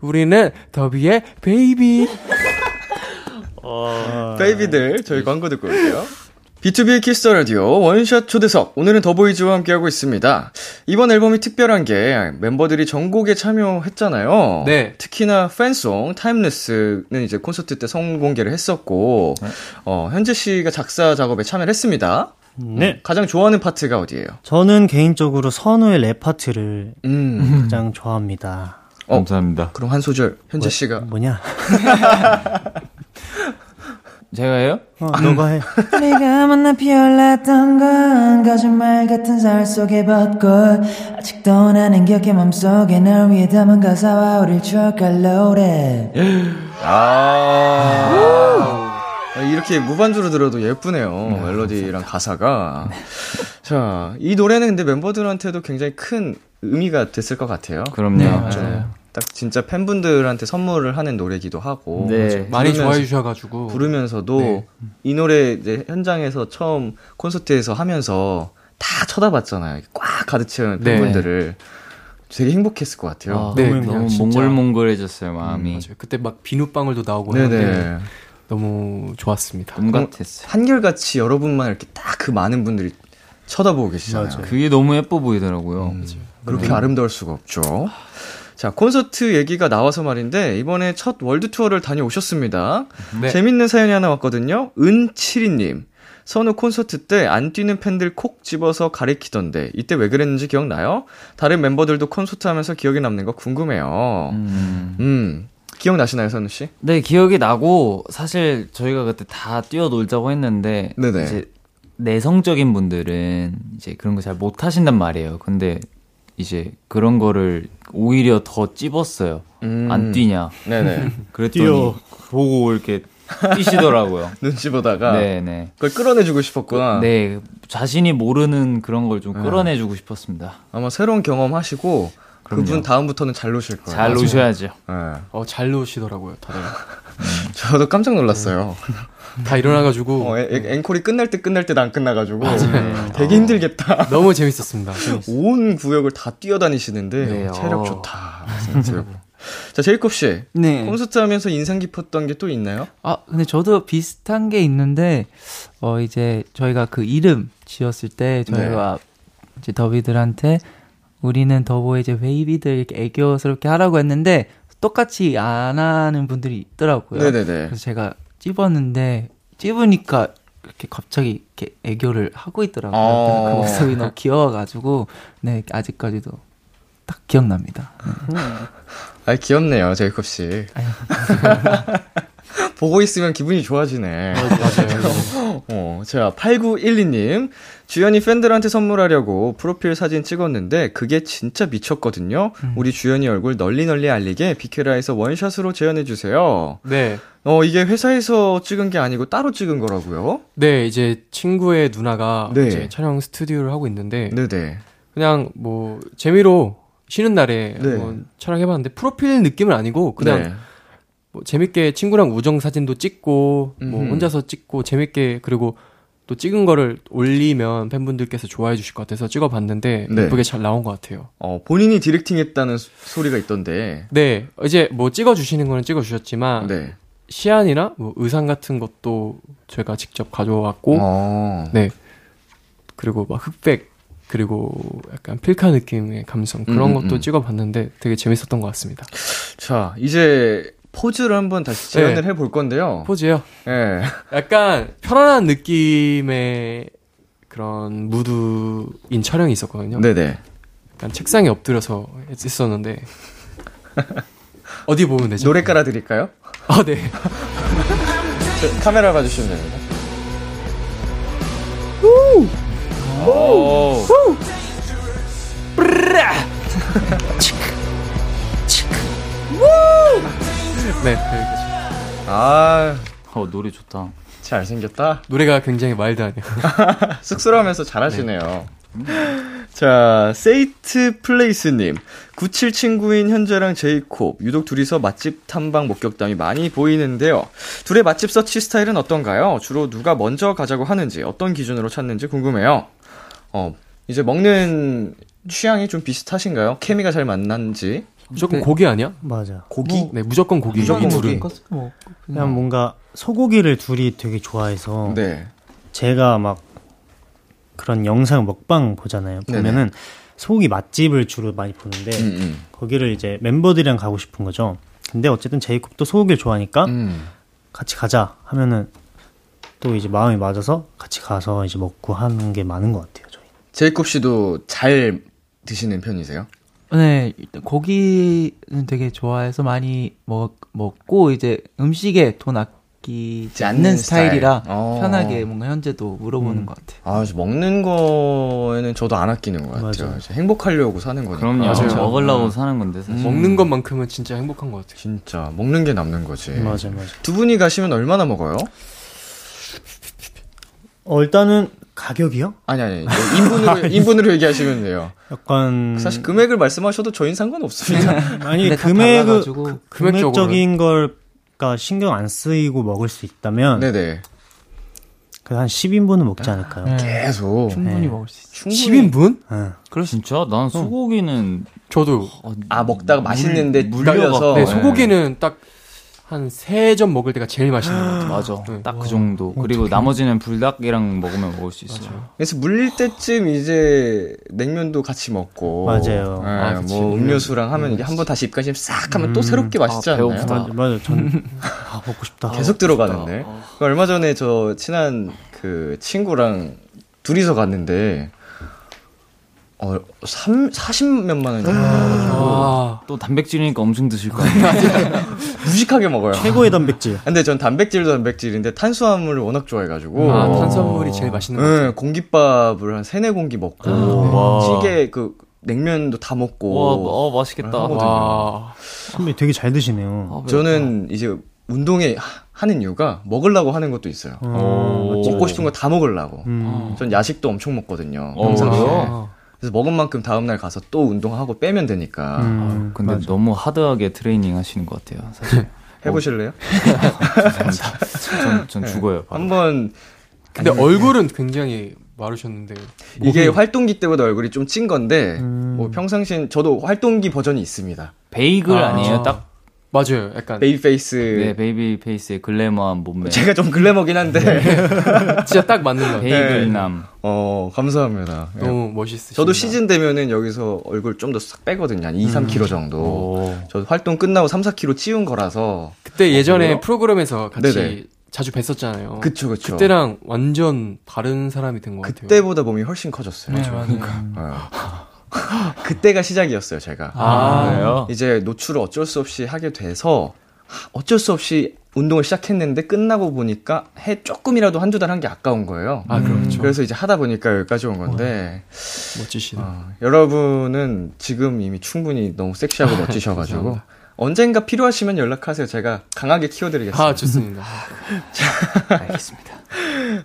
S6: 우리는 더비의 베이비.
S2: 베이비들, 저희 광고 듣고 올게요. B2B의 키스터 라디오 원샷 초대석 오늘은 더보이즈와 함께하고 있습니다. 이번 앨범이 특별한 게 멤버들이 전곡에 참여했잖아요.
S6: 네.
S2: 특히나 팬송 타임레스는 이제 콘서트 때 선공개를 했었고
S5: 네.
S2: 어, 현재 씨가 작사 작업에 참여를 했습니다.
S4: 네.
S2: 가장 좋아하는 파트가 어디예요?
S4: 저는 개인적으로 선우의 랩 파트를
S2: 음.
S4: 가장 좋아합니다.
S2: 어.
S5: 감사합니다.
S2: 그럼 한 소절 현재 씨가
S4: 뭐냐?
S5: 제가 해요?
S4: 어,
S2: 음. *laughs*
S4: 너가 해.
S8: 내가 만나 피어났던 건 거짓말 같은 살 속의 벚꽃 아직도 나는 곁에 맘속에 널 위해 담은 가사와 우릴 추억할 노래
S9: 예.
S2: 아, 이렇게 무반주로 들어도 예쁘네요. 멜로디랑 가사가.
S6: 네.
S2: 자, 이 노래는 근데 멤버들한테도 굉장히 큰 의미가 됐을 것 같아요.
S5: 그럼요.
S2: 네. 딱 진짜 팬분들한테 선물을 하는 노래기도 하고
S5: 네.
S6: 많이
S2: 부르면서-
S6: 좋아해 주셔가지고
S2: 부르면서도
S6: 네.
S2: 이 노래 이제 현장에서 처음 콘서트에서 하면서 다 쳐다봤잖아요. 꽉 가득 채운
S6: 네.
S2: 팬분들을 되게 행복했을 것 같아요.
S5: 아,
S6: 네,
S5: 너무
S6: 그냥 진짜.
S5: 몽글몽글해졌어요 마음이.
S6: 맞아요. 그때 막 비눗방울도 나오고 했는데
S2: 네네. 음.
S6: 너무 좋았습니다.
S5: 꿈 같았어요.
S2: 한결같이 여러분만 이렇게 딱 그 많은 분들이 쳐다보고 계시잖아요.
S5: 네. 그게 너무 예뻐 보이더라고요.
S2: 그렇게
S5: 네.
S2: 아름다울 수가 없죠. 자, 콘서트 얘기가 나와서 말인데, 이번에 첫 월드 투어를 다녀오셨습니다.
S5: 음.
S6: 네.
S2: 재밌는 사연이 하나 왔거든요. 은칠이님. 선우 콘서트 때 안 뛰는 팬들 콕 집어서 가리키던데, 이때 왜 그랬는지 기억나요? 다른 멤버들도 콘서트 하면서 기억에 남는 거 궁금해요. 음,
S5: 음.
S2: 기억나시나요, 선우씨?
S5: 네 기억이 나고 사실 저희가 그때 다 뛰어놀자고 했는데
S2: 네네.
S5: 이제 내성적인 분들은 이제 그런 거 잘 못 하신단 말이에요. 근데 이제 그런 거를 오히려 더 찝었어요.
S2: 음.
S5: 안 뛰냐.
S2: 네네.
S5: 그랬더니
S4: 뛰어.
S5: 보고 이렇게 뛰시더라고요.
S2: *laughs* 눈치 *laughs* 보다가
S5: 네네.
S2: 그걸 끌어내주고 싶었구나. 네.
S5: 네, 자신이 모르는 그런 걸 좀 끌어내주고 싶었습니다.
S2: 아마 새로운 경험하시고 그분
S5: 그럼요.
S2: 다음부터는 잘 노실 거예요.
S5: 잘 노셔야죠.
S2: 예.
S6: 어, 잘 놓으시더라고요, 다들.
S2: 저도 깜짝 놀랐어요.
S6: 다 일어나가지고
S2: 어, 에- 에- 앵콜이 끝날 때 끝날 때도 안 끝나가지고 음,
S7: 어.
S2: 되게 힘들겠다. *laughs*
S6: 너무 재밌었습니다. 재밌었어요.
S2: 온 구역을 다 뛰어다니시는데
S5: 네,
S2: 체력
S5: 어.
S2: 좋다. 말씀드리고. 자 제이콥 씨
S7: 네.
S2: 콘서트 하면서 인상 깊었던 게 또 있나요?
S7: 아, 근데 저도 비슷한 게 있는데, 어, 이제 저희가 그 이름 지었을 때, 저희가
S2: 네.
S7: 이제 더비들한테 우리는 더보의 이제 베이비들 이렇게 애교스럽게 하라고 했는데, 똑같이 안 하는 분들이 있더라고요.
S2: 네네네.
S7: 그래서 제가 찝었는데, 찝으니까 이렇게 갑자기 이렇게 애교를 하고 있더라고요. 그래서
S2: 어.
S7: 그 모습이 너무 귀여워가지고, 네, 아직까지도 딱 기억납니다.
S2: 아 귀엽네요 제이콥 씨. *laughs* 보고 있으면 기분이 좋아지네. 어, 자, 8912님. 주연이 팬들한테 선물하려고 프로필 사진 찍었는데 그게 진짜 미쳤거든요.
S7: 음.
S2: 우리 주연이 얼굴 널리 널리 알리게 비케라에서 원샷으로 재현해주세요.
S6: 네.
S2: 어, 이게 회사에서 찍은 게 아니고 따로 찍은 거라고요?
S6: 네, 이제 친구의 누나가
S2: 네.
S6: 이제 촬영 스튜디오를 하고 있는데
S2: 네네.
S6: 그냥 뭐 재미로 쉬는 날에
S2: 네.
S6: 한번 촬영해봤는데 프로필 느낌은 아니고 그냥
S2: 네.
S6: 뭐 재밌게 친구랑 우정 사진도 찍고 뭐
S2: 음흠.
S6: 혼자서 찍고 재밌게 그리고 또 찍은 거를 올리면 팬분들께서 좋아해 주실 것 같아서 찍어봤는데
S2: 네.
S6: 예쁘게 잘 나온 것 같아요.
S2: 어, 본인이 디렉팅 했다는 소- 소리가 있던데.
S6: 네, 이제 뭐 찍어주시는 거는 찍어주셨지만
S2: 네.
S6: 시안이나 뭐 의상 같은 것도 제가 직접 가져왔고
S2: 어.
S6: 네. 그리고 막 흑백 그리고 약간 필카 느낌의 감성 그런
S2: 음, 음,
S6: 것도
S2: 음.
S6: 찍어봤는데 되게 재밌었던 것 같습니다.
S2: 자, 이제 포즈를 한번 다시 재현을 해볼 건데요.
S6: 포즈요.
S2: 예. *laughs*
S6: 약간 편안한 느낌의 그런 무드인 촬영이 있었거든요.
S2: 네네.
S6: 약간 책상에 엎드려서 했- 했었는데 어디 보면 되죠?
S2: 노래 깔아드릴까요?
S6: 아 네.
S2: 저, 카메라 봐주시면 됩니다.
S6: 네. 여기까지.
S2: 아,
S5: 어, 노래 좋다.
S2: 잘생겼다.
S6: 노래가 굉장히 마일드하네요.
S2: 쑥스러우면서 잘하시네요. *laughs* 자, 세이트 플레이스님. 97 친구인 현재랑 제이콥. 유독 둘이서 맛집 탐방 목격담이 많이 보이는데요. 둘의 맛집 서치 스타일은 어떤가요? 주로 누가 먼저 가자고 하는지, 어떤 기준으로 찾는지 궁금해요. 어, 이제 먹는 취향이 좀 비슷하신가요? 케미가 잘 만난지.
S6: 무조건 고기 아니야?
S4: 맞아.
S2: 고기?
S6: 네, 무조건 고기.
S2: 무조건
S6: 이 둘은.
S2: 고기.
S4: 그냥 뭔가 소고기를 둘이 되게 좋아해서
S2: 네.
S4: 제가 막 그런 영상 먹방 보잖아요.
S2: 네네.
S4: 보면은 소고기 맛집을 주로 많이 보는데
S7: 네.
S2: 음, 음.
S4: 거기를 이제 멤버들이랑 가고 싶은 거죠. 근데 어쨌든 제이콥도 소고기를
S7: 어?
S4: 좋아하니까
S2: 음.
S4: 같이 가자 하면은 또 이제 마음이 맞아서 같이 가서 이제 먹고 하는 게 많은 것 같아요. 저희.
S2: 제이콥 씨도 잘 드시는 편이세요?
S7: 네, 일단 고기는 되게 좋아해서 많이 먹, 먹고, 이제 음식에 돈 아끼지
S2: 않는
S7: 않는 스타일이라
S2: 스타일. 어.
S7: 편하게 뭔가 현재도 물어보는 것 같아요.
S2: 아, 저 먹는 거에는 저도 안 아끼는 것 같아요.
S4: 맞아요.
S2: 이제 행복하려고 사는 거니까.
S5: 그럼요.
S6: 맞아요.
S5: 먹으려고 사는 건데 사실. 음.
S6: 먹는 것만큼은 진짜 행복한 것 같아요.
S2: 진짜 먹는 게 남는 거지.
S4: 맞아, 맞아.
S2: 두 분이 가시면 얼마나 먹어요?
S4: 어, 일단은 가격이요?
S2: 아니 아니 아니. 인분으로 인분으로 얘기하시면 돼요.
S4: 약간
S2: 사실 금액을 말씀하셔도 저희는 상관없습니다.
S4: 아니
S7: 근데 다
S4: 금액
S7: 달라가지고.
S4: 금액적인 걸까 신경 안 쓰이고 먹을 수 있다면
S2: 네네.
S4: 그한 10인분은 먹지 않을까요? 네.
S2: 네. 계속
S7: 충분히 먹을 수 있어요.
S6: 10인분?
S4: 예.
S5: 진짜? 난 소고기는
S6: 저도.
S5: 어,
S2: 아 먹다가 맛있는데
S5: 물-
S2: 물려서
S5: 물려갖고.
S6: 네,
S5: 어,
S6: 소고기는 딱 한 세 점 먹을 때가 제일 맛있는 것
S5: *gasps*
S6: 같아요.
S5: 맞아.
S6: 네.
S5: 딱 그 정도. 그리고 나머지는 불닭이랑 먹으면 먹을 수 있어요.
S2: 그래서 물릴 때쯤 이제 냉면도 같이 먹고
S4: 맞아요.
S2: 예,
S6: 아, 그치.
S2: 뭐 음료수랑 하면 이게 한번 다시 입가심 싹 하면 또 새롭게 맛있지
S5: 아,
S2: 않나요?
S5: 배고프다.
S4: 맞아, 맞아. 전 아, 먹고 싶다.
S2: 계속 들어가는데. 그 얼마 전에 저 친한 그 친구랑 둘이서 갔는데, 어, 3, 40몇만 원이
S6: 아,
S5: 또 단백질이니까 엄청 드실 거 아니에요?
S2: 무식하게 먹어요.
S4: 최고의 단백질.
S2: 근데 전 단백질도 단백질인데 탄수화물을 워낙 좋아해가지고. 네,
S6: 아,
S2: 음.
S6: 탄수화물이 제일 맛있는 것 같아요.
S2: 응, 공깃밥을 한 세네 공기 먹고, 찌개, 그, 냉면도 다 먹고.
S5: 와, 어, 맛있겠다.
S2: 하거든요.
S6: 와.
S4: 선배 되게 잘
S2: 어.
S4: 드시네요.
S5: 아,
S2: 저는 이제 운동에 하- 하는 이유가 먹으려고 하는 것도 있어요.
S4: 어,
S2: 먹고 싶은 거 다 먹으려고.
S4: 음.
S2: 전 야식도 엄청 먹거든요.
S5: 어,
S2: 평상시에.
S6: 아.
S5: 그래요?
S2: 그래서 먹은 만큼 다음날 가서 또 운동하고 빼면 되니까.
S4: 음,
S5: 근데
S4: 맞아.
S5: 너무 하드하게 트레이닝 하시는 것 같아요. 사실
S2: 해보실래요?
S5: 전, 전 죽어요. 바로.
S2: 한번
S6: 근데 얼굴은 굉장히 마르셨는데.
S2: 이게 활동기 때보다 얼굴이 좀 찐 건데 뭐 평상시엔 저도 활동기 버전이 있습니다.
S5: 베이글
S6: 아.
S5: 아, 니에요딱
S6: 맞아요. 약간
S2: 베이비 페이스
S5: 네, 베이비 페이스의 글래머한 몸매.
S2: 그 제가 좀 글래머긴 한데
S6: 진짜 딱 맞는 것 같아요.
S5: 베이글남.
S2: *laughs* 어 감사합니다. 예.
S6: 너무 멋있으시다.
S2: 저도 시즌 되면은 여기서 얼굴 좀 더 싹 빼거든요. 한 2, 3kg 정도.
S5: 오.
S2: 저 활동 끝나고 3, 4kg 찌운 거라서
S6: 그때 예전에 프로그램에서 같이
S2: 어, 네네.
S6: 자주 뵀었잖아요.
S2: 그쵸 그쵸.
S6: 때랑 완전 다른 사람이 된 것 같아요. 그러니까.
S2: 그때보다 몸이 훨씬 커졌어요. 어. *laughs* 그때가 시작이었어요 제가.
S5: 아,
S6: 어.
S5: 그래요?
S2: 이제 노출을 어쩔 수 없이 하게 돼서 어쩔 수 없이 운동을 시작했는데 끝나고 보니까 해 조금이라도 한두 달 한 게 아까운 거예요.
S6: 아 그렇죠.
S2: 그래서 이제 하다 보니까 여기까지 온 건데
S6: 멋지시네. 아,
S2: 어, 여러분은 지금 이미 충분히 너무
S6: 아,
S2: 섹시하고 멋지셔가지고 언젠가 필요하시면 연락하세요. 제가 강하게 키워드리겠습니다.
S6: 아 좋습니다.
S5: 알겠습니다.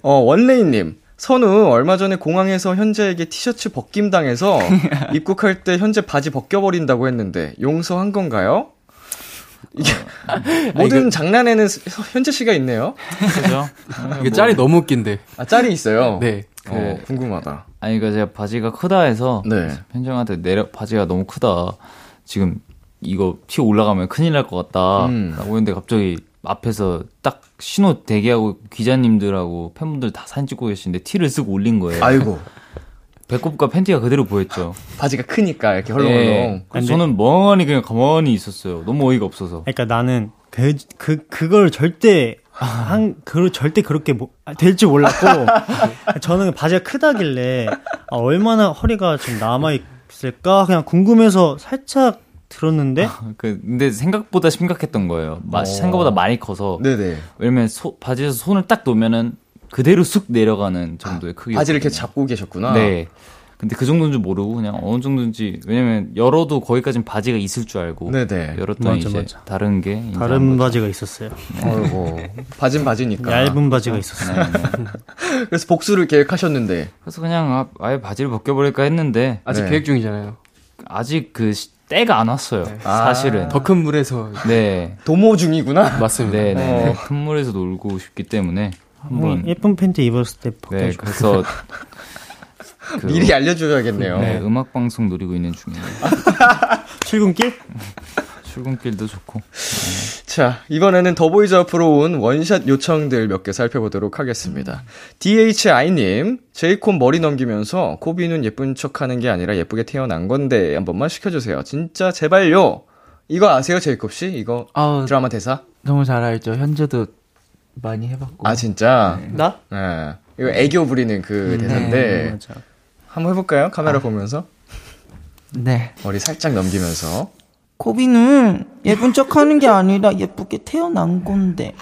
S2: 어, 원레이님. 선우 얼마 전에 공항에서 현재에게 티셔츠 벗김 당해서
S5: *laughs*
S2: 입국할 때 현재 바지 벗겨버린다고 했는데 용서한 건가요? 이게
S5: 어.
S2: *laughs*
S5: 아,
S2: 모든 장난에는 서- 현재 씨가 있네요.
S5: 그죠?
S6: 이게 짤이 너무 웃긴데.
S2: 아 짤이 있어요.
S5: *laughs*
S6: 네.
S2: 어, 궁금하다.
S5: 아니, 그니까 제가 바지가 크다 해서
S2: 네.
S5: 현정한테 내려, 바지가 너무 크다. 지금 이거 티 올라가면 큰일 날 것 같다.
S2: 음.
S5: 라고 했는데 갑자기 앞에서 딱 신호 대기하고 기자님들하고 팬분들 다 사진 찍고 계시는데 티를 쓰고 올린 거예요.
S2: 아이고
S5: 배꼽과 팬티가 그대로 보였죠.
S2: 바지가 크니까 이렇게
S5: 예.
S2: 헐렁헐렁.
S5: 그래서 저는 멍하니 그냥 가만히 있었어요. 너무 어이가 없어서.
S4: 그러니까 나는 그, 그 그걸 절대 한 그걸 절대 그렇게 뭐, 아, 될지 몰랐고 *laughs* 저는 바지가 크다길래 아, 얼마나 허리가 좀 남아 있을까 그냥 궁금해서 살짝 들었는데
S2: 아,
S5: 그- 근데 생각보다 심각했던 거예요. 마- 생각보다 많이 커서.
S2: 어. 네네.
S5: 왜냐면 소- 바지에서 손을 딱 놓으면은 그대로 쑥 내려가는 정도의 크기.
S2: 아, 바지를 이렇게 잡고 계셨구나.
S5: 네. 근데 그 정도인 줄 모르고 그냥 어느 정도인지 왜냐면 열어도 거기까진 바지가 있을 줄 알고
S2: 네네.
S5: 열었더니
S4: 맞아,
S5: 이제
S4: 맞아.
S5: 다른 게 이제
S4: 다른 바지가 있었어요
S2: 아이고
S5: *laughs*
S2: 바진 바지니까.
S4: 얇은 바지가 있었어요
S5: 네, 네.
S2: 그래서 복수를 계획하셨는데.
S5: 그래서 그냥 아, 아예 바지를 벗겨버릴까 했는데
S6: 아직
S2: 네.
S6: 계획 중이잖아요.
S5: 아직 그 시- 때가 안 왔어요.
S4: 네.
S5: 사실은
S2: 아.
S6: 더 큰 물에서
S5: 네.
S2: 도모 중이구나.
S6: 맞습니다.
S5: 네, 네.
S2: 어.
S5: 큰 물에서 놀고 싶기 때문에 한번
S4: 뭐, 예쁜 팬티 입었을 때
S5: 네,
S4: 벗겨줘 *laughs*
S5: 그래서 그
S2: 미리 알려줘야겠네요.
S5: 네, 음악 방송 노리고 있는 중이에요.
S2: 네.
S4: 출근길
S2: 아,
S5: 출근길도 좋고.
S2: 자, 이번에는 더보이즈 앞으로 온 원샷 요청들 몇 개 살펴보도록 하겠습니다. DHI님, 제이콘 머리 넘기면서 코비는 예쁜 척 하는 게 아니라 예쁘게 태어난 건데 한 번만 시켜주세요. 진짜 제발요! 이거 아세요, 제이콥 씨? 이거
S7: 아
S2: 드라마 대사?
S7: 너무 잘 알죠. 현재도 많이 해봤고.
S6: 어.
S2: 아, 진짜?
S7: 나?
S2: 네. 이거 애교 부리는
S6: 음,
S2: 그
S6: 네,
S2: 대사인데. 한번 해볼까요? 카메라
S6: 아.
S2: 보면서?
S7: 네.
S2: 머리 살짝 넘기면서.
S9: 고비는 예쁜 척 하는 게 아니라 예쁘게 태어난 건데.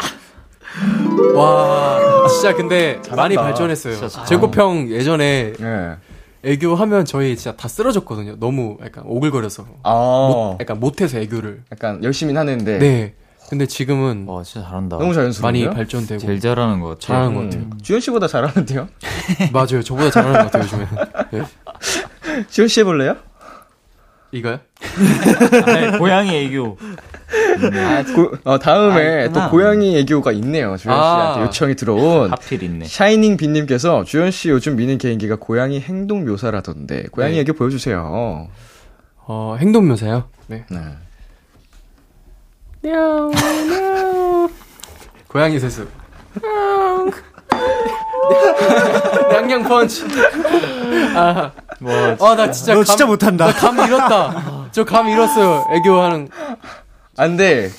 S6: 와 진짜 근데 많이 발전했어요. 제코평 예전에
S2: 네.
S6: 애교하면 저희 진짜 다 쓰러졌거든요. 너무 약간 오글거려서.
S2: 아,
S6: 약간 못해서 애교를.
S2: 약간 열심히 하는데.
S6: 뭐? 네. 근데 지금은
S5: 와, 진짜 잘한다.
S2: 너무
S6: 많이
S2: 자연스러운데요?
S6: 발전되고
S5: 어, 제일 잘하는 것 같아요.
S6: 잘하는 것 같아요. 음.
S2: 주현 씨보다 잘하는데요? *laughs*
S6: 맞아요. 저보다 잘하는 것 같아요, 요즘에는. 네.
S2: 주현 씨 해볼래요?
S6: 이거요?
S5: 아니, 고양이 애교.
S2: 고- 어, 다음에
S7: 아, 있구나.
S2: 또 고양이 애교가 있네요. 주현 씨한테
S6: 아.
S2: 요청이 들어온
S5: 하필 있네.
S2: 샤이닝 빈님께서 주현 씨 요즘 미는 개인기가 고양이 행동 묘사라던데 고양이
S6: 네.
S2: 애교 보여주세요.
S6: 어, 행동 묘사요? 네.
S2: 네.
S6: 고양이 세수. 양양 펀치. 아, 아, 나 진짜
S4: 너
S6: 감,
S4: 진짜
S2: 아,
S4: 못한다
S6: 감 잃었다. 저 감 잃었어요. 애교하는.
S2: 안돼.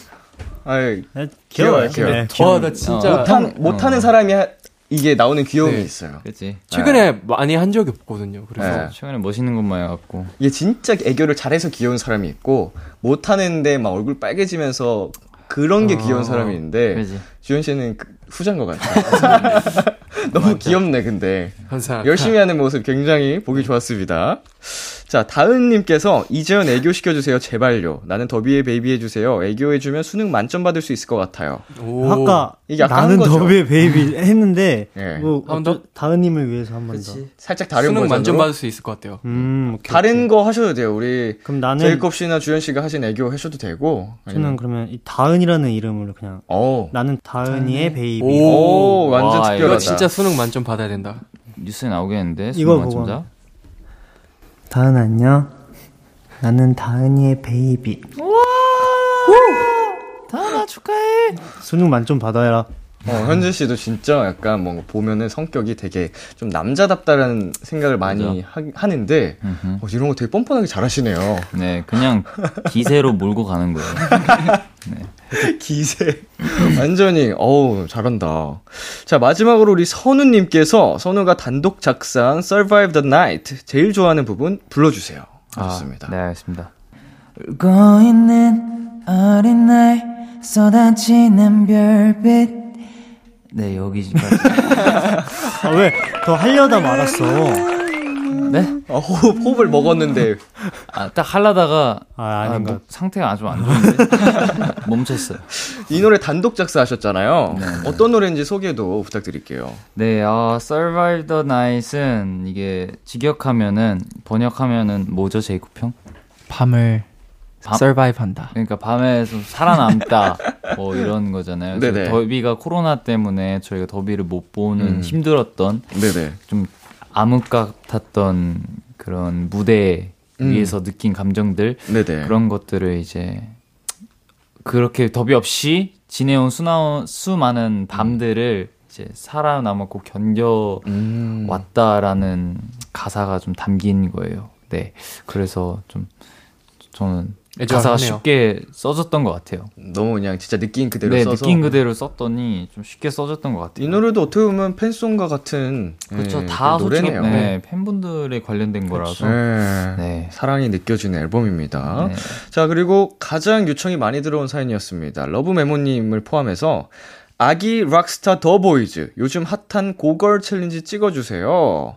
S2: 아, 아이
S4: 네,
S2: 귀여워요, 귀여워요.
S4: 네,
S6: 와,
S4: 귀여워요.
S6: 나 진짜.
S2: 못한 못하는 사람이 하- 이게 나오는 귀여움이
S6: 네.
S2: 있어요.
S5: 그치.
S6: 최근에 많이 한 적이 없거든요. 그래서.
S2: 네.
S5: 최근에 멋있는 것만 해갖고.
S2: 이게 진짜 애교를 잘해서 귀여운 사람이 있고 못하는데 막 얼굴 빨개지면서 그런 게 귀여운 사람이 있는데
S5: 그지.
S2: 주현 씨는 그, 후자인 것 같아요. *laughs* 너무 귀엽네 근데.
S6: 감사합니다.
S2: 열심히 하는 모습 굉장히 보기 좋았습니다. 자, 다은님께서 이재현 애교 시켜주세요. 제발요. 나는 더비의 베이비 해주세요. 애교해주면 수능 만점 받을 수 있을 것 같아요.
S6: 오.
S4: 아까
S2: 이게 아까
S4: 나는
S2: 한 거죠. 음.
S4: 더비의 베이비 했는데
S2: 예.
S4: 뭐
S6: 한번 더?
S4: 어쩌- 다은님을 위해서 한 번 더.
S7: 그치.
S2: 살짝 다른
S6: 수능
S2: 버전으로.
S6: 만점 받을 수 있을 것 같아요.
S4: 음, 오케이,
S2: 다른
S4: 오케이.
S2: 거 하셔도 돼요. 우리
S4: 그럼 나는
S2: 제이콥 씨나 주현 씨가 하신 애교 하셔도 되고.
S4: 저는 그러면 이 다은이라는 이름으로 그냥
S2: 어.
S4: 나는 다은이의 베이비.
S2: 오, 완전
S5: 와, 이거
S2: 특별하다.
S6: 이거 진짜 수능 만점 받아야 된다.
S5: 뉴스에 나오겠는데
S4: 이거
S5: 수능
S4: 그거.
S5: 맞춤자
S4: 다은 안녕. 나는 다은이의 베이비.
S7: 다은아 축하해.
S4: 수능 만점 받아라.
S2: 어, 현진 씨도 진짜 약간 뭔가 보면은 성격이 되게 좀 남자답다라는 생각을 많이 하, 는데 어,
S5: 음흠.
S2: 이런 거 되게 뻔뻔하게 잘하시네요.
S5: 네 그냥
S2: *laughs*
S5: 기세로 몰고 가는 거예요
S2: 기세. *laughs* 완전히, 어우, 잘한다. 자, 마지막으로 우리 선우님께서 선우가 단독 작사한 Survive the Night 제일 좋아하는 부분 불러주세요. 좋습니다.
S5: 아, 네 알겠습니다
S10: 울고 있는 어린 날 쏟아지는 별빛
S5: 네 *laughs* 여기까지
S4: 아, 왜 더 하려다 말았어.
S2: 어, 호흡, 호흡을 먹었는데.
S5: 네? 아, 딱 할라다가
S4: 아,
S5: 아,
S4: 아닌가.
S5: 목 상태가 아주 안 좋은데 *laughs* 멈췄어요
S2: 이 노래 단독 작사하셨잖아요. 어떤 노래인지 소개도 부탁드릴게요.
S5: 네, 어, Survive the Night은 이게 직역하면은 번역하면은 뭐죠, 제이콥형?
S7: 밤을
S5: 밤?
S7: 서바이브한다.
S5: 그러니까 밤에 좀
S2: *laughs*
S5: 살아남다 뭐 이런 거잖아요. 그래서
S2: 네네.
S5: 더비가 코로나 때문에 저희가 더비를 못 보는
S2: 음.
S5: 힘들었던
S2: 네네.
S5: 좀 암흑 같았던 그런 무대
S2: 음.
S5: 위에서 느낀 감정들
S2: 네네.
S5: 그런 것들을 이제 그렇게 더비 없이 지내온 수나 수많은 밤들을 이제 살아남았고 견뎌
S2: 음.
S5: 왔다라는 가사가 좀 담긴 거예요. 네. 그래서 좀 저는 가사가
S6: 애절하네요.
S5: 쉽게 써졌던 것 같아요.
S2: 너무 그냥 진짜 느낌 그대로
S5: 네,
S2: 써서
S5: 느낀 그대로 썼더니 좀 쉽게 써졌던 것 같아요.
S2: 이 노래도 어떻게 보면 팬송과 같은
S5: 그렇죠.
S2: 예,
S5: 다
S2: 그
S5: 솔직히
S2: 노래네요.
S5: 네, 팬분들에 관련된 거라서.
S2: 예.
S5: 네.
S2: 사랑이 느껴지는 앨범입니다.
S5: 네.
S2: 자, 그리고 가장 요청이 많이 들어온 사연이었습니다. 러브메모님을 포함해서 아기 락스타 더 보이즈 요즘 핫한 고걸 챌린지 찍어주세요.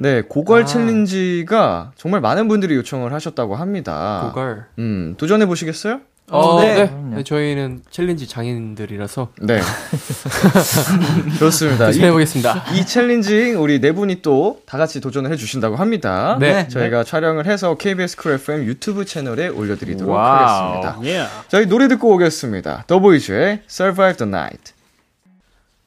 S2: 네, 고걸
S6: 아.
S2: 챌린지가 정말 많은 분들이 요청을 하셨다고 합니다.
S6: 고갈.
S2: 음, 도전해 보시겠어요?
S6: 어,
S7: 네.
S6: 네.
S5: 그럼요.
S6: 네, 저희는 챌린지 장인들이라서 *laughs*
S2: 네. *laughs* 좋습니다. 이-
S6: 도전해
S2: *laughs*
S6: 보겠습니다.
S2: 이 챌린지 우리 네 분이 또 다 같이 도전을 해주신다고 합니다.
S6: 네.
S2: 저희가 촬영을 해서 KBS 쿨 FM 유튜브 채널에 올려드리도록
S5: 와우.
S2: 하겠습니다. 저희 노래 듣고 오겠습니다. 더보이즈의 Survive the Night.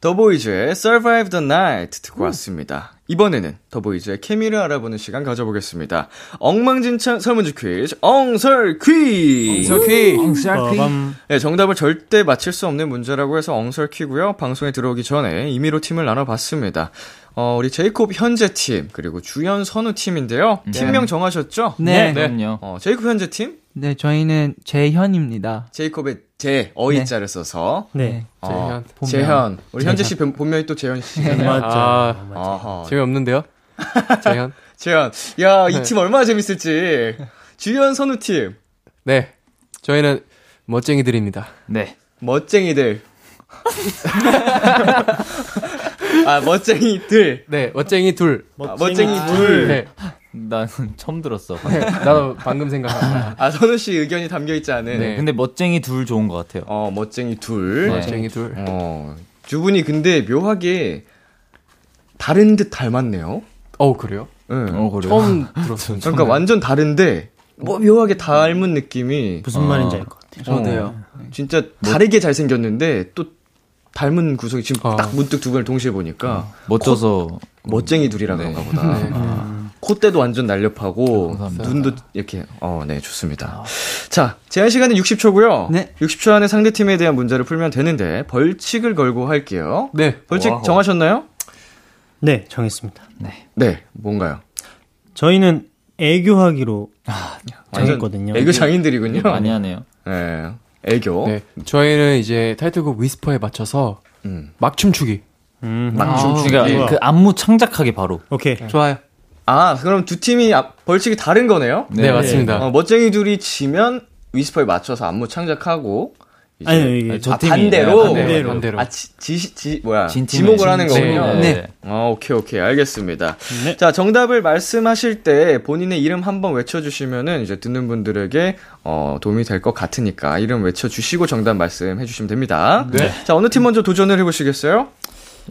S2: 더보이즈의 Survive the Night 듣고 왔습니다. 이번에는 더보이즈의 케미를 알아보는 시간 가져보겠습니다. 엉망진창 설문지 퀴즈, 엉설 퀴즈!
S4: 그
S5: 어,
S4: 빠밤.
S2: 네, 정답을 절대 맞힐 수 없는 문제라고 해서 엉설키고요. 방송에 들어오기 전에 임의로 팀을 나눠봤습니다. 어, 우리 제이콥 현재 팀 그리고 주연 선우 팀인데요.
S6: 네.
S2: 팀명 정하셨죠?
S7: 네. 네.
S5: 그럼요.
S2: 어, 제이콥 현재 팀
S7: 저희는 재현입니다.
S2: 제이콥의 제 어이자를 써서
S4: 네.
S2: 어,
S6: 재현.
S7: 본명.
S2: 재현. 우리 현재 씨 본- 본명이 또 재현
S7: *laughs* 네.
S2: 씨잖아요.
S4: 맞죠.
S6: 아.
S2: 어허. *laughs*
S6: 재미없는데요? 재현.
S2: 재현. 야,
S7: 네.
S2: 이 팀 얼마나 재밌을지. 주연 선우 팀
S6: 네. 저희는 멋쟁이들입니다.
S5: 네.
S2: 멋쟁이들.
S7: *laughs*
S2: 아, 멋쟁이들.
S6: 네, 멋쟁이 둘.
S2: 아, 멋쟁이 둘.
S6: 네.
S5: 나는 *laughs* 처음 들었어.
S6: 네, 나도 방금 생각한
S2: 아, 선우 씨 의견이 담겨 있지 않은.
S6: 네.
S5: 근데 멋쟁이 둘 좋은 것 같아요.
S2: 어, 멋쟁이 둘.
S5: 네.
S6: 멋쟁이 둘.
S2: 어, 두 분이 근데 묘하게 다른 듯 닮았네요.
S6: 어우, 그래요?
S2: 예.
S5: 어, 그래요?
S6: 처음 들었어요.
S2: 그러니까 완전 다른데 뭐 묘하게 닮은 느낌이 어,
S4: 무슨 말인지 알 것 같아.
S7: 저도요.
S2: 진짜 다르게 잘생겼는데 또 닮은 구석이 지금
S6: 어.
S2: 딱 문득 두 분을 동시에 보니까
S5: 멋져서
S2: 멋쟁이 둘이라
S5: 네.
S2: 그런가 보다. 아. 콧대도 완전 날렵하고
S5: 감사합니다. 아.
S2: 눈도 이렇게 어, 네, 좋습니다. 자, 제한 시간은 60초고요.
S7: 네.
S2: 60초 안에 상대 팀에 대한 문제를 풀면 되는데 벌칙을 걸고 할게요.
S6: 네.
S2: 벌칙
S5: 와우.
S2: 정하셨나요?
S4: 네, 정했습니다.
S2: 네, 뭔가요?
S4: 저희는 애교하기로 정했거든요.
S2: 애교 장인들이군요.
S5: 많이 하네요.
S2: 네, 애교.
S6: 네. 저희는 이제 타이틀곡 위스퍼에 맞춰서
S2: 음.
S6: 막춤추기.
S4: 음.
S5: 그러니까
S4: 뭐야.
S5: 그 안무 창작하게 바로.
S4: 오케이.
S6: 네.
S2: 네.
S7: 좋아요.
S2: 아, 그럼 두 팀이 아- 벌칙이 다른 거네요?
S6: 네, 맞습니다.
S2: 어, 멋쟁이 둘이 지면 위스퍼에 맞춰서 안무 창작하고
S11: 이제
S4: 아니요, 이게-
S11: 저
S2: 아,
S11: 팀이
S2: 반대로?
S11: 네,
S6: 반대로.
S11: 반대로.
S6: 반대로.
S2: 아, 지, 지, 지 뭐야?
S11: 진 팀에.
S2: 지목을
S11: 진
S2: 하는 거군요.
S11: 팀에.
S5: 네.
S2: 아, 오케이, 오케이. 알겠습니다. 자, 정답을 말씀하실 때 본인의 이름 한번 외쳐주시면은 이제 듣는 분들에게 어, 도움이 될 것 같으니까 이름 외쳐주시고 정답 말씀해주시면 됩니다.
S6: 네.
S2: 자, 어느 팀 먼저 도전을 해보시겠어요?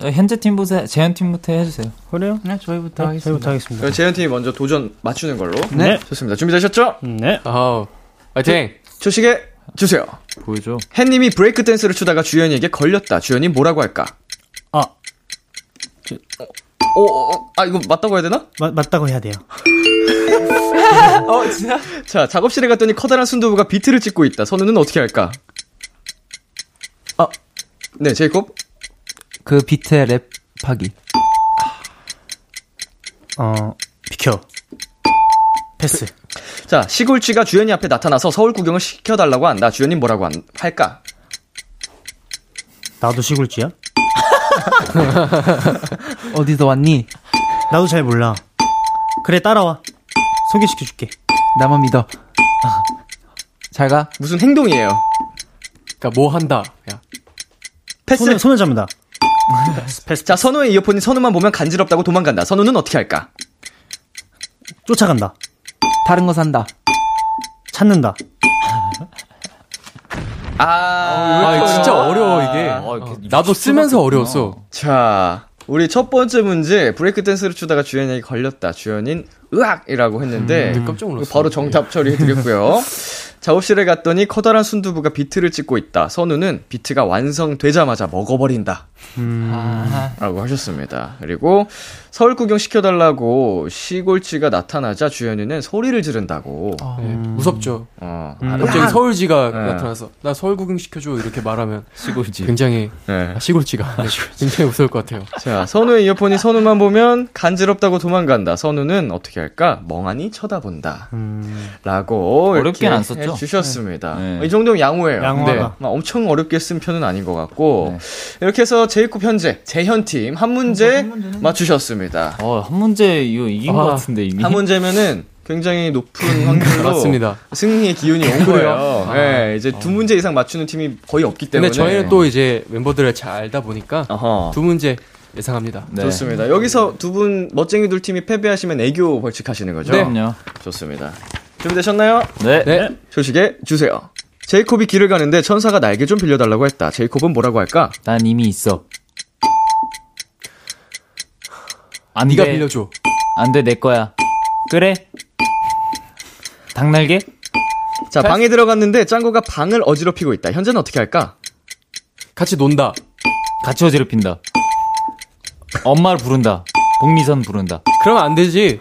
S5: 어, 현재 팀 보세요. 재현 팀부터 해주세요.
S4: 그래요?
S7: 네, 저희부터
S4: 네,
S7: 하겠습니다.
S4: 저희부터 하겠습니다.
S2: 그럼 재현 팀이 먼저 도전 맞추는 걸로.
S4: 네.
S2: 좋습니다. 준비되셨죠?
S4: 네.
S6: 아우. 화이팅!
S2: 초식에 주세요.
S5: 보여줘.
S2: 햇님이 브레이크 댄스를 추다가 주현이에게 걸렸다. 주현이 뭐라고 할까?
S4: 아,
S2: 어, 어, 어, 아, 이거 맞다고 해야 되나?
S4: 마- 맞다고 해야 돼요.
S2: 자, 작업실에 갔더니 커다란 순두부가 비트를 찍고 있다. 선우는 어떻게 할까? 아, 네, 제이콥.
S7: 그 비트의 랩하기.
S4: 어, 비켜. 패스.
S2: 자, 시골쥐가 주현이 앞에 나타나서 서울 구경을 시켜달라고 한다. 주현이 뭐라고 한- 할까?
S4: 나도 시골쥐야?
S7: 어디서 왔니?
S4: 나도 잘 몰라. 그래, 따라와. 소개시켜줄게.
S7: 나만 믿어. 잘 가.
S2: 무슨 행동이에요?
S6: 그니까 뭐 한다. 야.
S2: 패스.
S4: 손을, 손을 잡는다. 패스.
S2: 자, 선우의 이어폰이 선우만 보면 간지럽다고 도망간다. 선우는 어떻게 할까?
S4: 쫓아간다.
S7: 다른 거 산다.
S4: 찾는다.
S2: 아,
S6: 아, 진짜 어려워, 이게. 나도 쓰면서 어려웠어.
S2: 자, 우리 첫 번째 문제 브레이크 댄스를 추다가 주연에게 걸렸다. 주연인 으악이라고 했는데
S6: 음, 깜짝 놀랐어요.
S2: 바로 정답 처리해
S6: *laughs*
S2: 드렸고요. 작업실에 갔더니 커다란 순두부가 비트를 찍고 있다. 선우는 비트가 완성되자마자 먹어버린다.
S6: 음.
S2: 라고 하셨습니다. 그리고 서울 구경 시켜달라고 시골쥐가 나타나자 주연이는 소리를 지른다고.
S6: 네, 무섭죠.
S2: 어.
S6: 갑자기 서울지가
S2: 네.
S6: 나타나서 나 서울 구경 시켜줘 이렇게 말하면
S5: 시골지.
S6: 굉장히
S2: 네.
S6: 아, 시골지가 네, 굉장히 무서울 것 같아요.
S2: 자, 선우의 이어폰이 선우만 보면 간지럽다고 도망간다. 선우는 어떻게 할까? 멍하니 쳐다본다.
S6: 음.
S2: 라고
S5: 어렵게
S2: 이렇게
S5: 안 썼죠?
S2: 주셨습니다.
S5: 네.
S2: 이 정도면 양호해요.
S4: 양호하다.
S2: 막 엄청 어렵게 쓴 편은 아닌 것 같고
S5: 네.
S2: 이렇게 해서 제이콥 현재 재현 팀 한 문제 맞추셨습니다.
S5: 어, 한 문제 이거 이긴
S6: 아,
S5: 것 같은데 이미.
S2: 한 문제면은 굉장히 높은 확률로
S6: 음, 맞습니다.
S2: 승리의 기운이 온 거예요.
S6: 그래요? 아.
S2: 네, 이제 두 문제 이상 맞추는 팀이 거의 없기 때문에
S6: 근데 저희는 또 이제 멤버들을 잘 알다 보니까
S2: 어허.
S6: 두 문제 예상합니다.
S5: 네.
S2: 좋습니다. 여기서 두 분 멋쟁이 둘 팀이 패배하시면 애교 벌칙하시는 거죠?
S5: 네. 그럼요.
S2: 좋습니다. 준비되셨나요?
S5: 네.
S6: 네.
S2: 소식에 주세요. 제이콥이 길을 가는데 천사가 나에게 좀 빌려달라고 했다. 제이콥은 뭐라고 할까?
S5: 난 이미 있어. 안
S6: 네가
S5: 돼.
S6: 빌려줘.
S5: 안 돼, 내 거야. 그래. 닭날개?
S2: 자, 방에 들어갔는데 짱구가 방을 어지럽히고 있다. 현재는 어떻게 할까?
S6: 같이 논다.
S5: 같이 어지럽힌다. 엄마를 부른다. 복미선 부른다.
S6: 그러면 안 되지.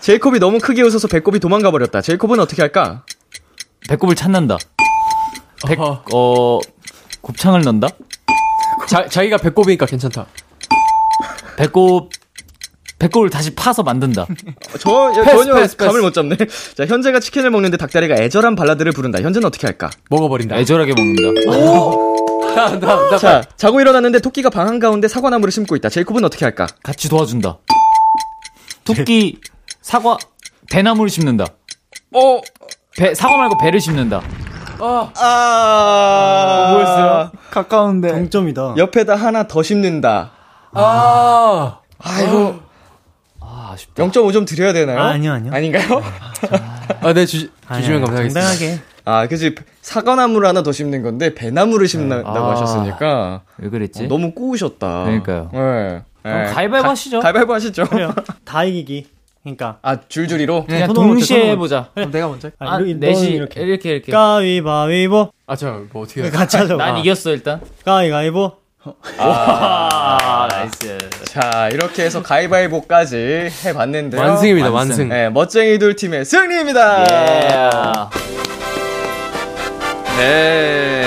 S2: 제이콥이 너무 크게 웃어서 배꼽이 도망가 버렸다. 제이콥은 어떻게 할까?
S5: 배꼽을 찾는다. 백,
S6: 어허.
S5: 어, 곱창을 넣는다?
S6: 자, 자기가 배꼽이니까 괜찮다.
S5: 배꼽, 배꼽을 다시
S6: *laughs*
S5: 파서 만든다.
S2: 어, 저 예,
S6: 패스,
S2: 전혀
S6: 패스,
S2: 감을
S6: 패스.
S2: 못 잡네. 자, 현재가 치킨을 먹는데 닭다리가 애절한 발라드를 부른다. 현재는 어떻게 할까?
S6: 먹어버린다.
S5: 애절하게 먹는다.
S6: 나, 나, 나.
S2: 자, 자고 일어났는데 토끼가 방 한가운데 사과나무를 심고 있다. 제이콥은 어떻게 할까?
S5: 같이 도와준다. 토끼, 사과, 대나무를 심는다.
S6: 어,
S5: 배, 사과 말고 배를 심는다.
S6: 아,
S2: 아, 뭐였어요?
S7: 가까운데.
S4: 동점이다.
S2: 어. 옆에다 하나 더 심는다.
S6: 아.
S2: 아이고. 아, 쉽다 0.5점 드려야 되나요?
S4: 아, 아니요, 아니요.
S2: 아닌가요?
S6: 아, 네, 주,
S4: 아니,
S6: 주시면
S4: 아니,
S6: 감사하겠습니다.
S4: 당당하게.
S2: 아, 그지. 사과나무를 하나 더 심는 건데, 배나무를 심는다고
S5: 아.
S2: 하셨으니까.
S5: 왜 그랬지?
S2: 어, 너무 꼬우셨다.
S5: 그러니까요.
S2: 네.
S5: 그럼 가위바위보 하시죠.
S2: 가위바위보 하시죠.
S4: 그래요. 다 이기기. 그러니까.
S2: 아, 줄줄이로?
S5: 그냥
S4: 손으로 먼저,
S5: 동시에
S4: 손으로
S5: 해보자.
S7: 그럼 내가 먼저. 할게.
S4: 아, 이렇게,
S5: 넷이
S4: 너는
S5: 이렇게 이렇게. 이렇게.
S4: 가위바위보.
S6: 아, 자, 뭐 어떻게. 해야 *laughs* 돼?
S4: 같이 하자고.
S5: 난 이겼어 일단.
S4: 가위바위보.
S5: 아 나이스.
S2: 자, 이렇게 해서 가위바위보까지 해봤는데요.
S6: 완승입니다, 완승.
S2: 네, 멋쟁이들 팀의 승리입니다.
S5: 예.
S2: 네.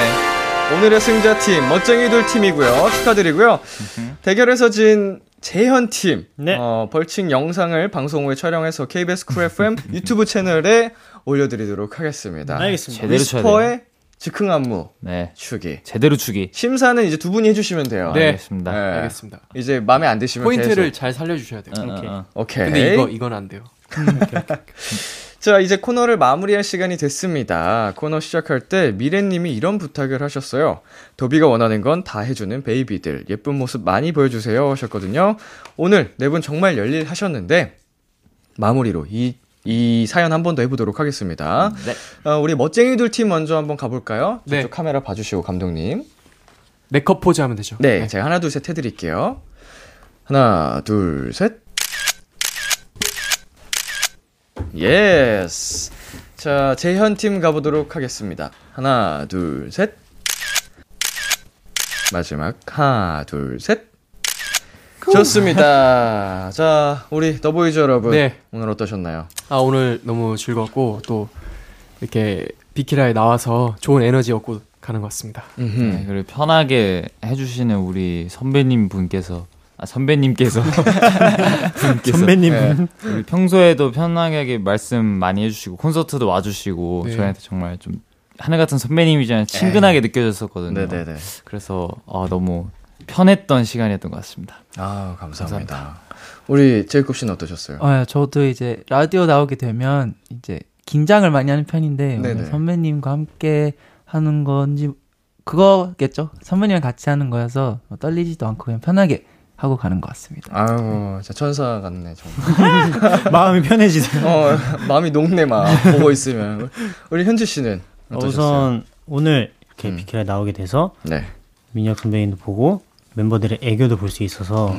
S2: 오늘의 승자팀, 멋쟁이들 팀이고요. 축하드리고요. 대결에서 진 재현 팀,
S4: 네.
S2: 어, 벌칙 영상을 방송 후에 촬영해서 KBS 쿨 FM 유튜브 채널에 올려드리도록 하겠습니다.
S4: 알겠습니다.
S5: 제대로 쳐야 돼요.
S2: 퍼의 즉흥 안무
S5: 네.
S2: 추기.
S5: 제대로 추기.
S2: 심사는 이제 두 분이 해주시면 돼요.
S6: 네.
S5: 알겠습니다.
S2: 네.
S6: 알겠습니다.
S2: 이제 마음에 안 드시면
S6: 포인트를
S2: 계속. 아, 네.
S5: 아,
S6: 잘 살려주셔야 돼요.
S5: 어, 어, 어.
S2: 오케이.
S6: 근데 이거, 이건 안 돼요.
S2: 자, 이제 코너를 마무리할 시간이 됐습니다. 코너 시작할 때 미래님이 이런 부탁을 하셨어요. 도비가 원하는 건 다 해주는 베이비들. 예쁜 모습 많이 보여주세요. 하셨거든요. 오늘 네 분 정말 열일 하셨는데, 마무리로 이, 이 사연 한 번 더 해보도록 하겠습니다. 어, 우리 멋쟁이들 팀 먼저 한번 가볼까요?
S6: 네.
S2: 저쪽 카메라 봐주시고, 감독님.
S6: 네컷 포즈 하면 되죠.
S2: 네, 제가 하나, 둘, 셋 해드릴게요. 하나, 둘, 셋. 예스. 자, 재현 팀 가보도록 하겠습니다. 하나, 둘, 셋. 마지막, 하나, 둘, 셋. 좋습니다. 자, 우리 더보이즈 여러분.
S6: 네.
S2: 오늘 어떠셨나요?
S6: 아 오늘 너무 즐거웠고 또 이렇게 비키라에 나와서 좋은 에너지 얻고 가는 것 같습니다.
S2: 음.
S5: 네, 그리고 편하게 해주시는 우리 선배님 분께서 아 선배님께서 *laughs* 분께서
S4: 선배님.
S5: 우리 평소에도 편하게 말씀 많이 해주시고 콘서트도 와주시고
S6: 네.
S5: 저희한테 정말 좀 하늘 같은 선배님이지만 친근하게 느껴졌었거든요.
S2: 네네네.
S5: 그래서 아, 너무 편했던 시간이었던 것 같습니다.
S2: 아, 감사합니다. 우리 제이콥 씨는 어떠셨어요?
S7: 어, 저도 이제 라디오 나오게 되면 이제 긴장을 많이 하는 편인데 오늘
S2: 네네.
S7: 선배님과 함께 하는 건지 그거겠죠. 선배님이랑 같이 하는 거여서 뭐 떨리지도 않고 그냥 편하게 하고 가는 것 같습니다.
S2: 아유, 진짜 천사 같네, 정말.
S4: 마음이 편해지세요.
S2: 어, *laughs* 마음이 녹네, 막, 보고 있으면. 우리 현주 씨는 어떠셨어요?
S4: 우선 오늘 이렇게 비키라에 나오게 돼서
S2: 네.
S4: 민혁 선배님도 보고 멤버들의 애교도 볼 수 있어서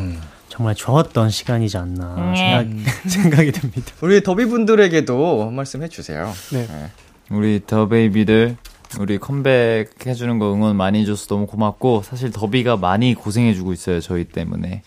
S4: 정말 좋았던 시간이지 않나 *laughs* 생각, 생각이 듭니다.
S2: 우리 더비분들에게도 한 말씀 해주세요.
S5: 우리 더 베이비들 우리 컴백 해주는 거 응원 많이 해줘서 너무 고맙고 사실 더비가 많이 고생해주고 있어요 저희 때문에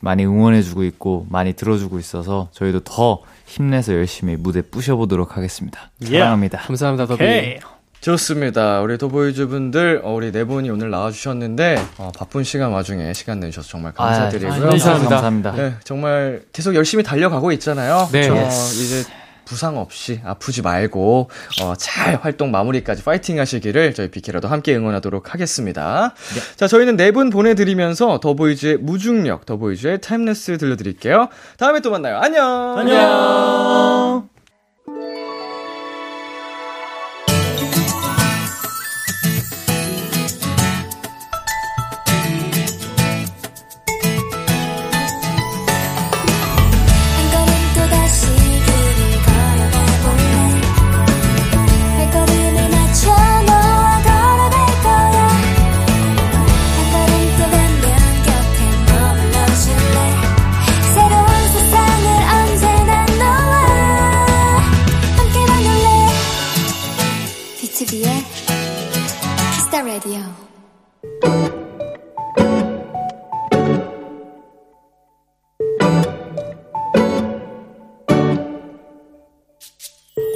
S5: 많이 응원해주고 있고 많이 들어주고 있어서 저희도 더 힘내서 열심히 무대 부셔보도록 하겠습니다
S4: 예.
S5: 사랑합니다
S6: 감사합니다 더비.
S4: 오케이.
S2: 좋습니다. 우리 도보이즈 분들, 어, 우리 네 분이 오늘 나와주셨는데, 어, 바쁜 시간 와중에 시간 내주셔서 정말 감사드리고요.
S5: 아,
S6: 감사합니다.
S5: 감사합니다
S2: 네, 정말 계속 열심히 달려가고 있잖아요.
S6: 네.
S2: 어,
S6: 예스.
S2: 이제 부상 없이 아프지 말고, 어, 잘 활동 마무리까지 파이팅 하시기를 저희 비키라도 함께 응원하도록 하겠습니다. 자, 저희는 네 분 보내드리면서 더보이즈의 무중력, 더보이즈의 타임레스 들려드릴게요. 다음에 또 만나요. 안녕!
S4: 안녕.
S12: 한 걸음 또다시 길을 걸어가볼래 발걸음을 맞춰 너와 걸어갈 거야 한 걸음 또 가면 곁에 머물러줄래 새로운 세상을 언제나 너와 함께 만들래 B2B의 키스타 라디오